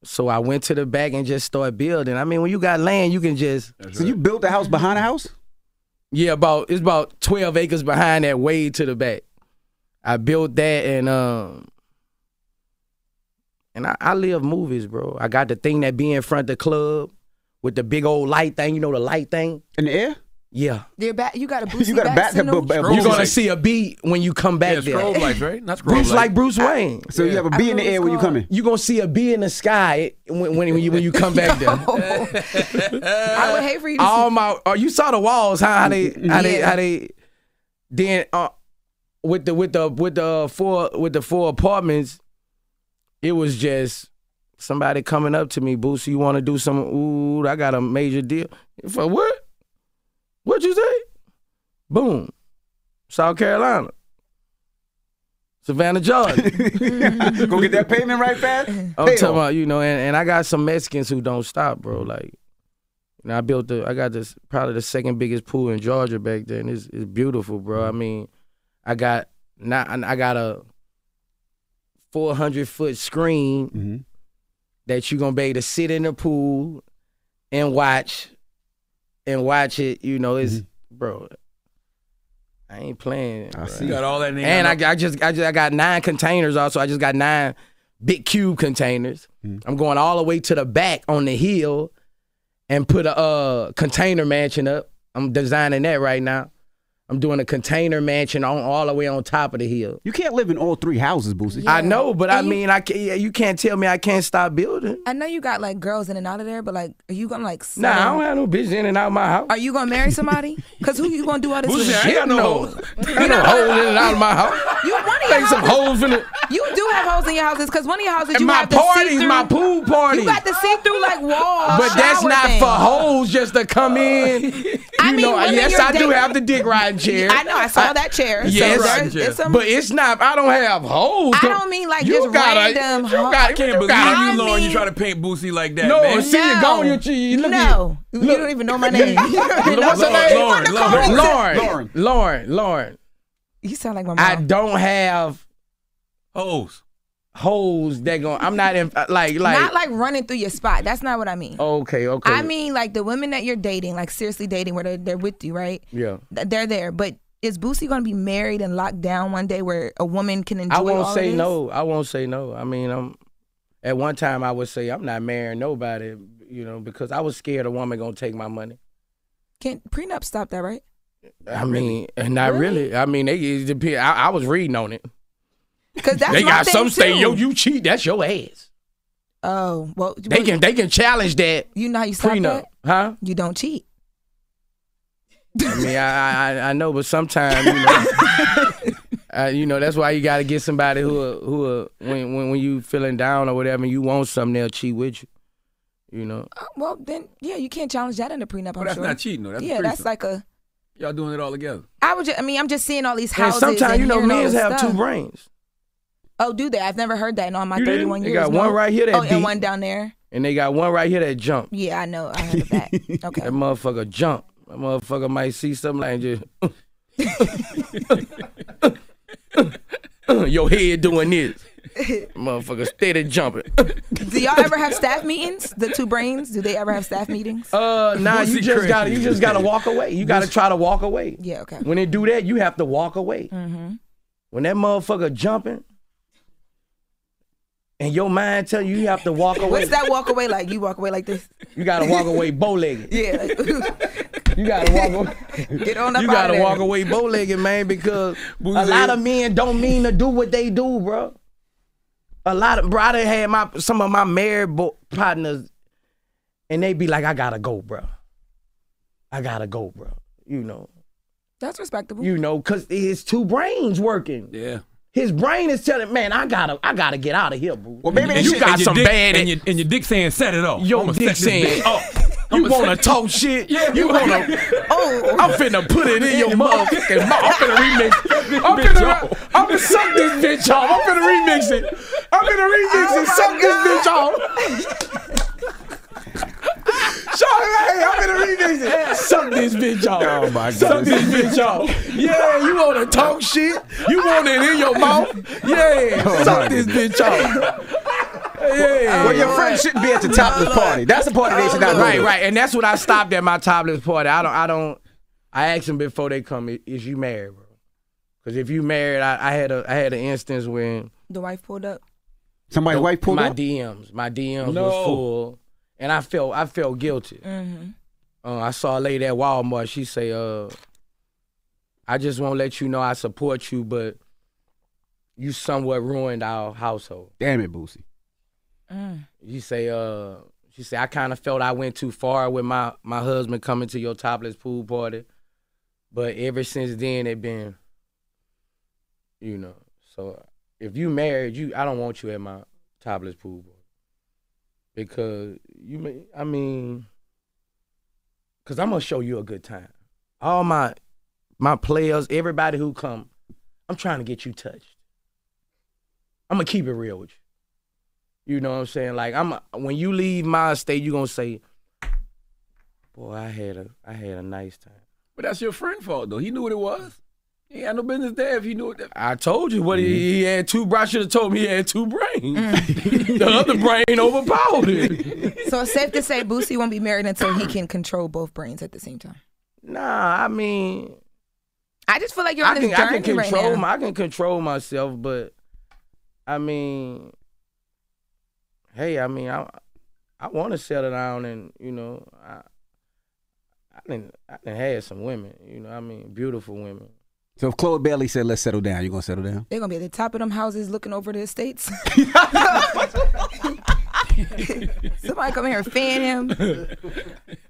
Speaker 7: So I went to the back and just started building. I mean, when you got land, you can just
Speaker 1: So you built the house behind a house?
Speaker 7: yeah, about it's about twelve acres behind that way to the back. I built that and um and I, I live movies, bro. I got the thing that be in front of the club with the big old light thing, you know the light thing?
Speaker 1: In the air?
Speaker 7: Yeah.
Speaker 8: Your back, you got a Bruce
Speaker 7: You got a
Speaker 8: back
Speaker 7: bat-
Speaker 8: syndrome.
Speaker 7: b- b- You're Bruce gonna Lee. see a beat when you come back
Speaker 9: Yeah,
Speaker 7: there.
Speaker 9: scroll like, right? Not scroll
Speaker 7: Bruce
Speaker 9: [laughs] like.
Speaker 7: like Bruce Wayne.
Speaker 9: So you have a
Speaker 7: a
Speaker 9: I
Speaker 7: bee
Speaker 9: bee in the air when you
Speaker 8: [laughs]
Speaker 9: come in.
Speaker 7: You gonna see a bee in the sky when when, when you when you come back there.
Speaker 8: I would hate for you to [laughs]
Speaker 7: All my oh, you saw the walls how, how they how they how they then uh, with the with the with the four with the four apartments, it was just somebody coming up to me, Boosie, you want to do some? Ooh, I got a major deal for what? What'd you say? Boom, South Carolina. Savannah, Georgia.
Speaker 1: Go get that payment right fast.
Speaker 7: I'm
Speaker 1: Pay
Speaker 7: talking
Speaker 1: off.
Speaker 7: about you know, and, and I got some Mexicans who don't stop, bro. Like, you know, I built the, I got this probably the second biggest pool in Georgia back there, and it's it's beautiful, bro. I mean, I got not, I got a 400 foot screen that you gonna be able to sit in the pool and watch, and watch it. You know, it's bro. I ain't playing. I
Speaker 9: see. You got all that in the
Speaker 7: and I,
Speaker 9: envelope?
Speaker 7: I just, I just, I got nine containers. Also, I just got nine big cube containers. I'm going all the way to the back on the hill, and put a uh, container mansion up. I'm designing that right now. I'm doing a container mansion on all the way on top of the hill.
Speaker 1: You can't live in all three houses, Boosie.
Speaker 7: I know, but I mean, I can, you can't tell me I can't stop building.
Speaker 8: I know you got like girls in and out of there, but like, are you gonna like?
Speaker 7: Nah, I
Speaker 8: settle-
Speaker 7: don't have no bitch in and out my house.
Speaker 8: Are you gonna marry somebody? Cause who you gonna do all this
Speaker 7: Bullshit,
Speaker 8: with?
Speaker 7: I ain't got no
Speaker 9: [laughs]
Speaker 7: hoes. I got no hoes in and out of my house.
Speaker 8: [laughs] You one of your
Speaker 7: Think some
Speaker 8: houses-
Speaker 7: hoes in it.
Speaker 8: You do have holes in your houses because one of your houses
Speaker 7: And
Speaker 8: you
Speaker 7: my
Speaker 8: have the
Speaker 7: parties,
Speaker 8: see-through-
Speaker 7: my pool parties.
Speaker 8: You got the see through like walls.
Speaker 7: But that's
Speaker 8: shower
Speaker 7: not
Speaker 8: thing.
Speaker 7: for hoes just to come in. You
Speaker 8: [laughs] I mean,
Speaker 7: know,
Speaker 8: women
Speaker 7: yes,
Speaker 8: you're
Speaker 7: I do
Speaker 8: dating-
Speaker 7: have the dick
Speaker 8: [laughs]
Speaker 7: riding chair.
Speaker 8: I know, I saw that chair. So
Speaker 7: Yes,
Speaker 8: there's- it's some-
Speaker 7: but it's not. I don't have hoes.
Speaker 8: I
Speaker 7: to-
Speaker 8: don't mean like
Speaker 7: You
Speaker 8: just
Speaker 7: gotta-
Speaker 8: random
Speaker 7: You
Speaker 8: ho-
Speaker 7: got,
Speaker 8: I can't
Speaker 7: you
Speaker 9: Believe
Speaker 7: gotta-
Speaker 9: you, Lauren, you try to paint Boosie like that,
Speaker 7: No,
Speaker 9: man.
Speaker 7: see, you go on your cheese. Look at
Speaker 8: No, you don't even know
Speaker 7: [laughs]
Speaker 8: my name. [laughs] You don't even know
Speaker 7: What's her
Speaker 8: my
Speaker 7: name? Lauren.
Speaker 8: name.
Speaker 7: Lauren. Lauren. Lauren. Lauren.
Speaker 8: You sound like my
Speaker 7: I
Speaker 8: mom.
Speaker 7: don't have
Speaker 9: hoes.
Speaker 7: Hoes that going. I'm not in uh, like like.
Speaker 8: not like running through your spot. That's not what I mean.
Speaker 7: okay, okay.
Speaker 8: I mean like the women that you're dating, like seriously dating, where they're, they're with you, right?
Speaker 7: yeah.
Speaker 8: Th- They're there, but. Is Boosie gonna be married and locked down one day where a woman can enjoy?
Speaker 7: I won't
Speaker 8: all of
Speaker 7: say
Speaker 8: this?
Speaker 7: no. I won't say no. I mean, I'm at one time I would say I'm not marrying nobody, you know, because I was scared a woman gonna take my money.
Speaker 8: Can prenup stop that? Right?
Speaker 7: I mean, and not really. I mean, they it depend. I, I was reading on it.
Speaker 8: Because that's
Speaker 7: they
Speaker 8: my
Speaker 7: got
Speaker 8: thing
Speaker 7: some state.
Speaker 8: too.
Speaker 7: Yo, you cheat. That's your ass.
Speaker 8: Oh well,
Speaker 7: They
Speaker 8: well,
Speaker 7: can they can challenge that
Speaker 8: You know how you stop
Speaker 7: prenup,
Speaker 8: that?
Speaker 7: huh?
Speaker 8: You don't
Speaker 9: [laughs]
Speaker 8: cheat.
Speaker 7: I mean, I I, I- I know, but sometimes you
Speaker 8: [laughs]
Speaker 7: know, uh, you know that's why you got to get somebody who a- who a- when when when you feeling down or whatever, and you want something, they'll cheat with you. You know,
Speaker 8: Uh, Well, then, yeah, you can't challenge that in a prenup. I'm
Speaker 9: that's
Speaker 8: sure.
Speaker 9: not cheating, though. That's a
Speaker 8: yeah, that's
Speaker 9: threesome.
Speaker 8: like a.
Speaker 9: Y'all doing it all together.
Speaker 8: I would. Just, I mean, I'm just seeing all these
Speaker 7: and
Speaker 8: houses.
Speaker 7: sometimes you know
Speaker 8: hearing all
Speaker 7: men
Speaker 8: this
Speaker 7: have
Speaker 8: stuff.
Speaker 7: two brains,
Speaker 8: Oh, do they? I've never heard that in all my
Speaker 7: You didn't?
Speaker 8: 31
Speaker 7: They
Speaker 8: years.
Speaker 7: got
Speaker 8: no.
Speaker 7: one right here that
Speaker 8: Oh,
Speaker 7: deep.
Speaker 8: and one down there.
Speaker 7: and they got one right here that jump.
Speaker 8: Yeah, I know. I heard
Speaker 7: [laughs]
Speaker 8: of that. Okay.
Speaker 7: That motherfucker jump. That motherfucker might see something like just [laughs] your head doing this. motherfucker steady jumping.
Speaker 8: do y'all ever have staff meetings? The two brains. Do they ever have staff meetings?
Speaker 7: Uh, nah, you
Speaker 8: Pussy
Speaker 7: just gotta you
Speaker 8: crazy.
Speaker 7: just gotta walk away. You gotta try to walk away.
Speaker 8: Yeah. Okay.
Speaker 7: When they do that, you have to walk away.
Speaker 8: Mm-hmm.
Speaker 7: When that motherfucker jumping, and your mind tell you you have to walk away.
Speaker 8: What's that walk away like? You walk away like
Speaker 7: [laughs]
Speaker 8: this.
Speaker 7: You gotta walk away bow legged.
Speaker 8: Yeah. [laughs] Like,
Speaker 7: You gotta walk
Speaker 8: [laughs]
Speaker 7: away.
Speaker 8: Get on up
Speaker 7: you
Speaker 8: out of
Speaker 7: gotta
Speaker 8: there.
Speaker 7: walk away bow legged, man, [laughs] because a lot of men don't mean to do what they do, bro. A lot of bro, I done had my some of my married bo- partners, and they be like, "I gotta go, bro. I gotta go, bro." You know,
Speaker 8: that's respectable.
Speaker 7: you know, cause his two brains working.
Speaker 9: Yeah.
Speaker 7: His brain is telling, man, I gotta, I gotta get out of here, bro. Well,
Speaker 9: And
Speaker 7: you got some
Speaker 9: dick,
Speaker 7: bad
Speaker 9: and your, and your dick saying set it off.
Speaker 7: Yo,
Speaker 9: I'ma
Speaker 7: dick
Speaker 9: set this
Speaker 7: saying,
Speaker 9: bitch up.
Speaker 7: you want to talk shit?
Speaker 9: Yeah,
Speaker 7: you
Speaker 9: right.
Speaker 7: want to? Oh, I'm finna put it in your motherfucking mouth. I'm finna remix. I'm
Speaker 9: Bitch,
Speaker 7: finna, I'm finna suck this bitch off. I'm finna remix it. I'm finna remix it. Suck this bitch off. Charlie, hey, I'm finna remix it. Suck this bitch off. Oh my god. Suck this bitch off. Yeah, you wanna talk shit? You want it in your mouth? Yeah, suck this bitch off. Yeah.
Speaker 1: Oh Well, your friends shouldn't be at the topless party. That's the party they should not go
Speaker 7: Right,
Speaker 1: to.
Speaker 7: right, and that's what I stopped at my topless party. I don't, I don't. I asked them before they come, "I- "Is you married, bro?" Because if you married, I, I had a, I had an instance when
Speaker 8: The wife pulled up.
Speaker 1: Somebody's wife pulled
Speaker 7: my
Speaker 1: up?
Speaker 7: DMs, my DMs
Speaker 1: No.
Speaker 7: was full, and I felt, I felt guilty.
Speaker 8: Mm-hmm.
Speaker 7: Uh, I saw a lady at Walmart. She say, "Uh, I just want to let you know I support you, but you somewhat ruined our household."
Speaker 1: Damn it, Boosie.
Speaker 7: You say, uh, she said, I kind of felt I went too far with my my husband coming to your topless pool party, but ever since then it been, you know. So if you married, you I don't want you at my topless pool party because you mean I mean, cause I'm gonna show you a good time. All my my players, everybody who come, I'm trying to get you touched. I'm gonna keep it real with you. You know what I'm saying? Like I'm when you leave my estate, you gonna say, "Boy, I had a I had a nice time."
Speaker 9: But that's your friend fault though. He knew what it was. He had no business there if he knew what that.
Speaker 7: I told you what he, he had two. bra- I should have told me he had two brains.
Speaker 1: Mm.
Speaker 7: the other brain overpowered it.
Speaker 8: So it's safe to say Boosie won't be married until he can control both brains at the same time.
Speaker 7: Nah, I mean,
Speaker 8: I just feel like you're on
Speaker 7: I
Speaker 8: this
Speaker 7: can I
Speaker 8: journey
Speaker 7: can control
Speaker 8: right now.
Speaker 7: my I can control myself, but I mean, hey, I mean, I I want to settle down, and you know, I I didn't I didn't had some women, you know, I mean, beautiful women.
Speaker 1: So if Chloe Bailey said, "Let's settle down," you gonna settle down?
Speaker 8: They're gonna be at the top of them houses looking over the
Speaker 7: [laughs]
Speaker 8: estates. Somebody come here and fan him.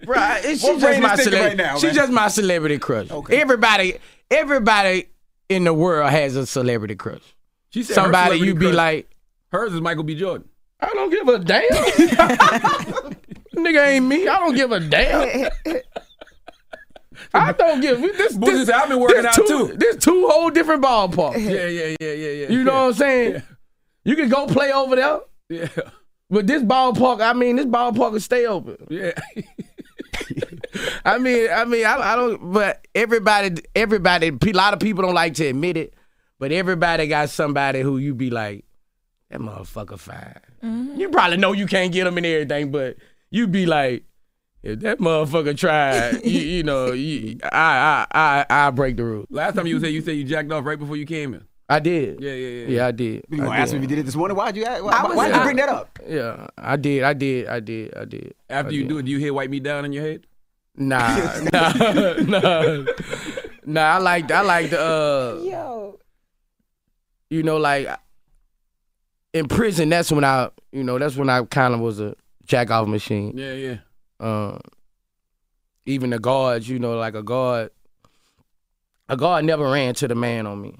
Speaker 7: Right, it's- she's
Speaker 8: What
Speaker 7: just
Speaker 8: brain
Speaker 7: my
Speaker 8: is thinking
Speaker 7: celebrity.
Speaker 8: right now,
Speaker 7: she's
Speaker 8: man?
Speaker 7: just my celebrity crush. Everybody, everybody in the world has a celebrity crush.
Speaker 9: She said her
Speaker 7: somebody you
Speaker 9: celebrity
Speaker 7: be
Speaker 9: crush-
Speaker 7: like,
Speaker 9: Hers is Michael B. Jordan.
Speaker 7: I don't give a damn. Nigga ain't me. I don't give a
Speaker 9: [laughs]
Speaker 7: damn. I don't give this.
Speaker 9: Boosie
Speaker 7: this
Speaker 9: said, "I've been working
Speaker 7: this
Speaker 9: out,
Speaker 7: two,
Speaker 9: too."
Speaker 7: This two whole different ballparks.
Speaker 9: [laughs] Yeah, yeah, yeah, yeah, yeah.
Speaker 7: You know what I'm saying? You can go play over there,
Speaker 9: Yeah, [laughs]
Speaker 7: but this ballpark, I mean, this ballpark will stay open.
Speaker 9: yeah.
Speaker 7: I mean, I mean, I, I don't. But everybody, everybody, a lot of people don't like to admit it, but everybody got somebody who you be like, that motherfucker fine. You probably know you can't get them and everything, but you be like, if that motherfucker tried, you, you know, you, I, I, I, I break the rule.
Speaker 9: Last time you was here, you said you jacked off right before you came in.
Speaker 7: I did.
Speaker 9: Yeah, yeah, yeah.
Speaker 7: Yeah, I did.
Speaker 1: You gonna
Speaker 7: I
Speaker 1: ask
Speaker 7: did.
Speaker 1: me if you did it this morning? Why'd you? Ask,
Speaker 8: I
Speaker 1: why
Speaker 8: was-
Speaker 1: why'd you
Speaker 8: I-
Speaker 1: bring that up?
Speaker 7: Yeah, I did. I did. I did. I did.
Speaker 9: After
Speaker 7: I
Speaker 9: you
Speaker 7: did.
Speaker 9: do it, do you hear "Wipe Me Down" in your head?
Speaker 7: Nah, [laughs] nah, nah, nah. I like, I like the, uh,
Speaker 8: Yo.
Speaker 7: you know, like in prison. That's when I, you know, that's when I kind of was a jack off machine.
Speaker 9: Yeah, yeah.
Speaker 7: Um, even the guards, you know, like a guard, a guard never ran to the man on me.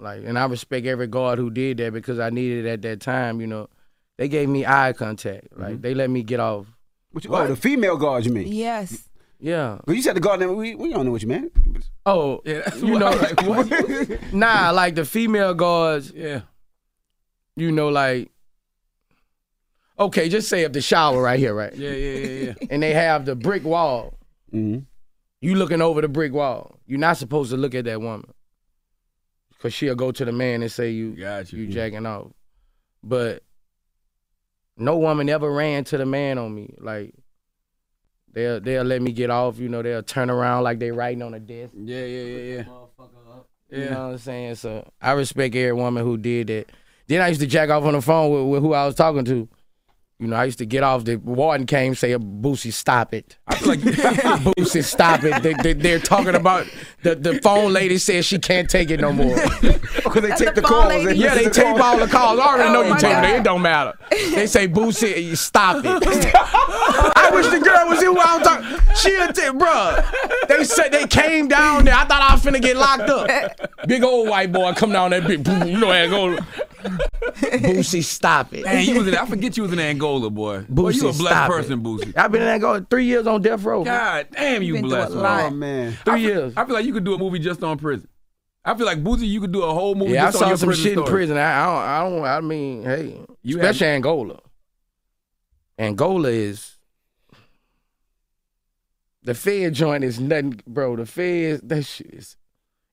Speaker 7: Like, and I respect every guard who did that because I needed it at that time. You know, they gave me eye contact. Like,
Speaker 1: Mm-hmm.
Speaker 7: they let me get off.
Speaker 1: What you, oh, the female guard, you mean?
Speaker 8: Yes.
Speaker 7: Yeah.
Speaker 1: Well, you said the guard. never- We we don't know what you meant.
Speaker 7: Oh,
Speaker 9: Yeah,
Speaker 7: [laughs]
Speaker 9: that's
Speaker 7: you
Speaker 9: what
Speaker 1: [laughs]
Speaker 7: know,
Speaker 9: I was [laughs] like, what?
Speaker 7: nah, like the female guards,
Speaker 9: yeah.
Speaker 7: you know, like, okay, just say up the shower right here, right?
Speaker 9: Yeah, yeah, yeah, yeah.
Speaker 7: And they have the brick wall.
Speaker 1: Mm-hmm.
Speaker 7: You looking over the brick wall. You're not supposed to look at that woman. Cause she'll go to the man and say you
Speaker 9: Got [laughs] you.
Speaker 7: you jacking off. But no woman ever ran to the man on me. Like they'll they'll let me get off, you know, they'll turn around like they writing on a desk.
Speaker 9: Yeah, yeah, yeah, yeah.
Speaker 7: You
Speaker 9: Yeah.
Speaker 7: know what I'm saying? So I respect every woman who did that. Then I used to jack off on the phone with, with who I was talking to. You know, I used to get off. The warden came, say, "Boosie, stop it." [laughs]
Speaker 9: I feel like [laughs]
Speaker 7: Boosie, stop it. They, they, they're talking about the, the phone lady says she can't take it no more.
Speaker 1: Because they take the
Speaker 8: phone
Speaker 1: calls.
Speaker 8: lady.
Speaker 1: and
Speaker 7: Yeah,
Speaker 1: listen
Speaker 7: they
Speaker 1: to the
Speaker 7: tape
Speaker 1: calls.
Speaker 7: all the calls. I already
Speaker 8: Oh
Speaker 7: know you
Speaker 8: my
Speaker 7: taping
Speaker 8: God.
Speaker 7: it. It don't matter. They say, Boosie,
Speaker 8: [laughs]
Speaker 7: stop it. I wish the girl was here while I'm talking. She a tip, bruh. They said they came down there. I thought I was finna get locked up. Big old white boy come down that big, you know, how it go. Boosie, stop it.
Speaker 9: Hey, you was in. I forget you was in Angola, boy. boy, you
Speaker 7: Boosie,
Speaker 9: a
Speaker 7: stop
Speaker 9: blessed person,
Speaker 7: it. [laughs]
Speaker 9: Boosie.
Speaker 7: I've been in that go three years on death row. bruh.
Speaker 9: God damn, you
Speaker 8: been through
Speaker 9: blessed.
Speaker 8: a
Speaker 9: man.
Speaker 8: lot.
Speaker 1: Oh man.
Speaker 7: Three years.
Speaker 9: I feel like you could do a movie just on prison. I feel like Boozy, you could do a whole movie.
Speaker 7: Yeah, I
Speaker 9: just on
Speaker 7: saw
Speaker 9: your
Speaker 7: some
Speaker 9: prison
Speaker 7: shit in
Speaker 9: story.
Speaker 7: prison. I, I don't. I don't. I mean, hey,
Speaker 9: You
Speaker 7: especially Angola. Angola is the Fed joint is nothing, bro. The Fed, that shit is.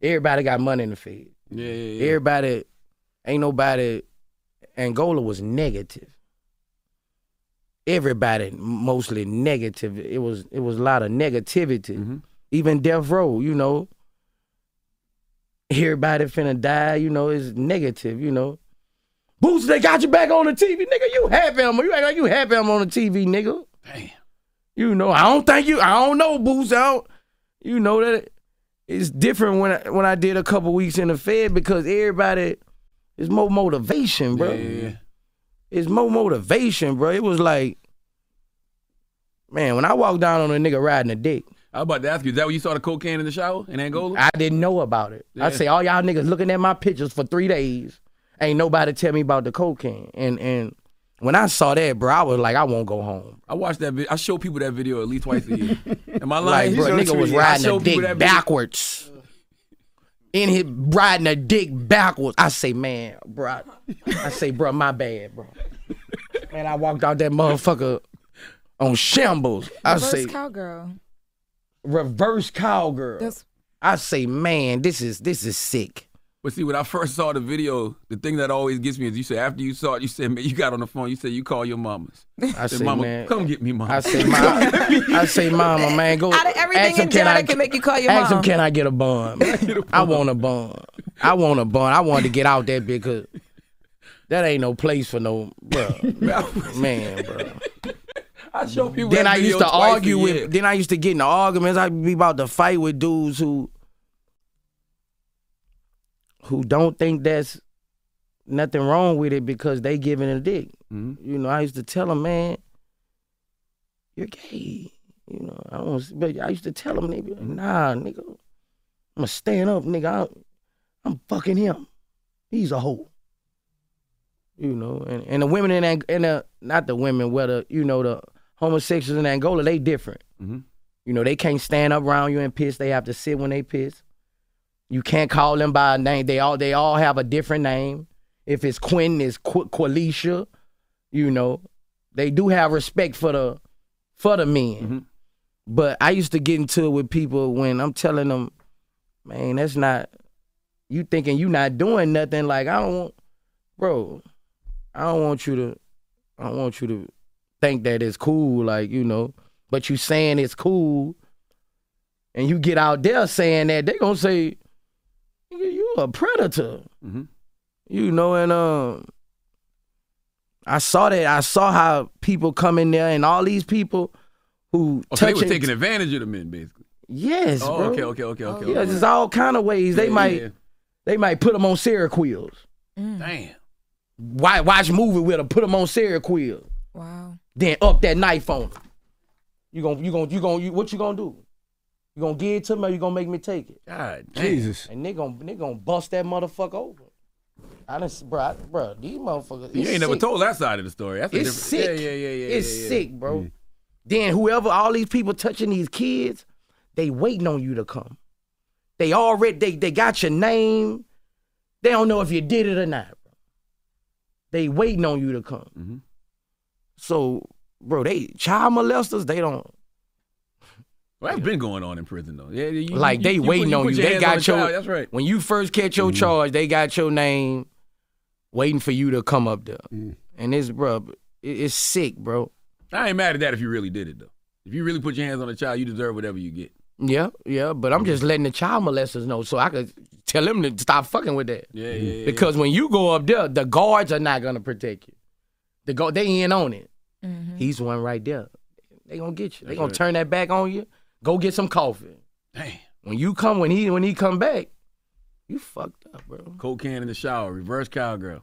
Speaker 7: Everybody got money in the Fed.
Speaker 9: Yeah, yeah, yeah.
Speaker 7: Everybody, ain't nobody. Angola was negative. Everybody mostly negative. It was it was a lot of negativity.
Speaker 9: Mhm.
Speaker 7: Even death row, you know. Everybody finna die, you know, is negative, you know. Boots, they got you back on the TV, nigga. You happy I'm you act like you happy I'm on the TV, nigga.
Speaker 9: Damn.
Speaker 7: You know, I don't think you. I don't know, booze out. You know that it's different when I, when I did a couple weeks in the Fed because everybody is more motivation, bro. It's more motivation, bro. It was like, man, when I walked down on a nigga riding a dick,
Speaker 9: I was about to ask you, is that when you saw the cocaine in the shower in Angola?
Speaker 7: I didn't know about it. I
Speaker 9: Yeah.
Speaker 7: say all y'all niggas looking at my pictures for three days. Ain't nobody tell me about the cocaine. And and when I saw that, bro, I was like, I won't go home.
Speaker 9: I watched that. Vi- I show people that video at least twice
Speaker 7: [laughs]
Speaker 9: a year. Am I
Speaker 7: Like,
Speaker 9: lying?
Speaker 7: bro,
Speaker 9: You show it to
Speaker 7: nigga was
Speaker 9: me. I
Speaker 7: riding
Speaker 9: show
Speaker 7: a
Speaker 9: people that
Speaker 7: dick
Speaker 9: video.
Speaker 7: backwards. In his riding a dick backwards. I say, man, bro. I, I say, bro, my bad, bro. Man, I walked out that motherfucker on shambles. I
Speaker 8: Reverse
Speaker 7: say,
Speaker 8: cowgirl.
Speaker 7: reverse cowgirl.
Speaker 8: That's-
Speaker 7: I say, man, this is this is sick.
Speaker 9: But see, when I first saw the video, the thing that always gets me is you said after you saw it, you said man, you got on the phone, you said you call your mamas.
Speaker 7: I
Speaker 9: said,
Speaker 7: say,
Speaker 9: mama,
Speaker 7: man.
Speaker 9: come get me, mama.
Speaker 7: I say, mama, [laughs] I say, mama, man, go.
Speaker 8: Out of everything
Speaker 7: ask him, can
Speaker 8: in jail
Speaker 7: I
Speaker 8: that can make you call your
Speaker 7: ask
Speaker 8: mom.
Speaker 7: him, can I get a bun? I want a bun. I want a bun. I wanted to get out there because that ain't no place for no bro, [laughs] man, bro.
Speaker 9: I show people.
Speaker 7: Then
Speaker 9: that
Speaker 7: I used
Speaker 9: video
Speaker 7: to
Speaker 9: twice a
Speaker 7: argue
Speaker 9: year.
Speaker 7: with. Then I used to get into arguments. I'd be about to fight with dudes who who don't think that's nothing wrong with it because they giving a dick. You know, I used to tell them, man, you're gay. You know, I don't. s- But I used to tell them, nigga, nah, nigga, I'ma stand up, nigga. I, I'm fucking him. He's a hoe. You know, and, and the women in Ang- and the not the women, whether you know the homosexuals in Angola, they different. You know, they can't stand up around you and piss. They have to sit when they piss. You can't call them by a name. They all they all have a different name. If it's Quinn, it's Qu- Qualisha. You know, they do have respect for the for the men. But I used to get into it with people when I'm telling them, man, that's not you thinking you not doing nothing. Like I don't want, bro. I don't want you to. I don't want you to think that it's cool. Like you know, but you saying it's cool, and you get out there saying that they gonna say, "Nigga, you a predator."
Speaker 9: Mm-hmm.
Speaker 7: You know, and um, I saw that. I saw how people come in there, and all these people who
Speaker 9: Oh, so they were
Speaker 7: touching-
Speaker 9: taking advantage of the men, basically.
Speaker 7: Yes,
Speaker 9: Oh,
Speaker 7: bro.
Speaker 9: okay, okay, okay, okay,
Speaker 7: Yeah,
Speaker 9: okay.
Speaker 7: it's all kind of ways. They
Speaker 9: Yeah,
Speaker 7: might,
Speaker 9: yeah. Mm.
Speaker 7: they might put them on Seroquels.
Speaker 9: Damn.
Speaker 7: Why watch movie with them? Put them on Seroquel.
Speaker 8: Wow.
Speaker 7: Then up that knife on them. You gon' you gon' you gon' you, what you gonna do? You gonna give it to me? or You gonna make me take it?
Speaker 9: God,
Speaker 7: Jesus. And they gon' they gon' bust that motherfucker over. I done, s- bro, I, bro, these motherfuckers.
Speaker 9: You
Speaker 7: it's
Speaker 9: ain't never
Speaker 7: sick.
Speaker 9: told that side of the story. That's a
Speaker 7: It's sick.
Speaker 9: different. Yeah, yeah, yeah, yeah.
Speaker 7: It's
Speaker 9: yeah, yeah.
Speaker 7: sick, bro. Then whoever, all these people touching these kids, they waiting on you to come. They already, they, they got your name. They don't know if you did it or not. Bro. They waiting on you to come.
Speaker 9: Mm-hmm.
Speaker 7: So, bro, they child molesters, they don't
Speaker 9: Well, that's been going on in prison though. Yeah, you,
Speaker 7: like
Speaker 9: you-
Speaker 7: they
Speaker 9: you put-
Speaker 7: waiting
Speaker 9: you
Speaker 7: on
Speaker 9: put
Speaker 7: you.
Speaker 9: your
Speaker 7: They
Speaker 9: hands on
Speaker 7: got
Speaker 9: the
Speaker 7: your
Speaker 9: child, That's right.
Speaker 7: When you first catch
Speaker 9: Mm-hmm.
Speaker 7: your charge, they got your name waiting for you to come up there.
Speaker 9: Mm.
Speaker 7: And it's bro, it- it's sick, bro.
Speaker 9: I ain't mad at that if you really did it though. If you really put your hands on a child, you deserve whatever you get.
Speaker 7: Yeah, yeah, but I'm
Speaker 9: Mm-hmm.
Speaker 7: just letting the child molesters know so I could tell them to stop fucking with that.
Speaker 9: Yeah, yeah, yeah.
Speaker 7: Because when you go up there, the guards are not gonna protect you. The guard, they in on it.
Speaker 8: Mm-hmm.
Speaker 7: He's one right there. They gonna get you. They
Speaker 9: That's
Speaker 7: gonna
Speaker 9: right.
Speaker 7: turn that back on you. Go get some coffee. Damn. When you come, when he when he come back, you fucked up, bro.
Speaker 9: Cocaine in the shower, reverse cowgirl.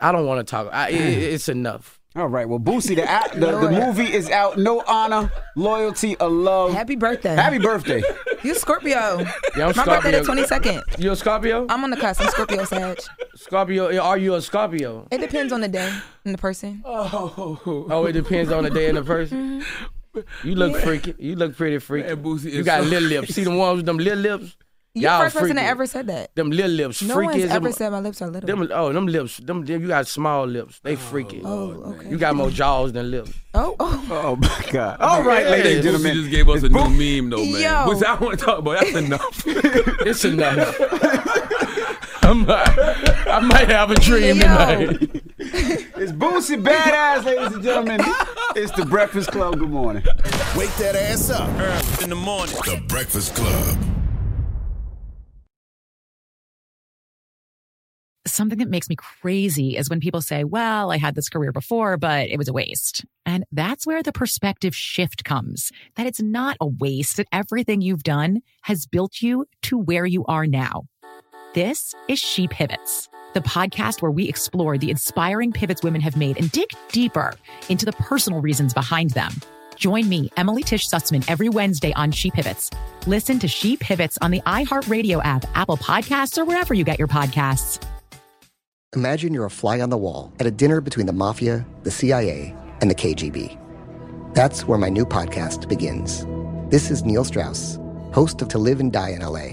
Speaker 7: I don't want to talk. I, it- it's enough.
Speaker 1: All right. Well, Boosie, the, out- [laughs] the, the
Speaker 7: Lord.
Speaker 1: movie is out. No honor, loyalty, or love.
Speaker 8: Happy birthday.
Speaker 1: Happy birthday.
Speaker 8: You Scorpio.
Speaker 7: Yeah, I'm
Speaker 8: My birthday the
Speaker 7: Scorpio.
Speaker 8: twenty second.
Speaker 7: You a Scorpio?
Speaker 8: I'm on the cusp. I'm Scorpio Sag.
Speaker 7: Scorpio? Are you a Scorpio?
Speaker 8: It depends on the day and the person.
Speaker 9: Oh.
Speaker 7: Oh, it depends on the day and the person.
Speaker 1: Mm-hmm.
Speaker 7: You look freaky. You look pretty freaky. you got
Speaker 9: so-
Speaker 7: little lips. See them ones with them little lips?
Speaker 8: You're
Speaker 7: Y'all
Speaker 8: the first person
Speaker 7: freaky.
Speaker 8: that ever said that.
Speaker 7: Them little lips.
Speaker 8: No
Speaker 7: freaky
Speaker 8: one's
Speaker 7: as
Speaker 8: ever
Speaker 7: them,
Speaker 8: said my lips are little.
Speaker 7: them. Oh, them lips. Them. You got small lips. They freaky. Oh, okay. You got more jaws than lips.
Speaker 8: Oh,
Speaker 7: [laughs]
Speaker 8: oh.
Speaker 1: Oh my God. All right, ladies and
Speaker 9: Boosie
Speaker 1: gentlemen.
Speaker 9: just gave us a new meme though, man.
Speaker 8: Yo.
Speaker 9: Boosie, I don't want to talk about that's
Speaker 5: [laughs]
Speaker 9: enough.
Speaker 7: it's enough. I'm, I might have a dream tonight.
Speaker 1: It's Boosie Badass, ladies and gentlemen. It's the Breakfast Club. Good morning.
Speaker 6: Wake that ass up. Early in the morning. The Breakfast Club.
Speaker 2: Something that makes me crazy is when people say, well, I had this career before, but it was a waste. And that's where the perspective shift comes that it's not a waste, that everything you've done has built you to where you are now. This is She Pivots, the podcast where we explore the inspiring pivots women have made and dig deeper into the personal reasons behind them. Join me, Emily Tish Sussman, every Wednesday on She Pivots. Listen to She Pivots on the iHeartRadio app, Apple Podcasts, or wherever you get your podcasts.
Speaker 3: Imagine you're a fly on the wall at a dinner between the mafia, the CIA, and the KGB. That's where my new podcast begins. This is Neil Strauss, host of To Live and Die in LA,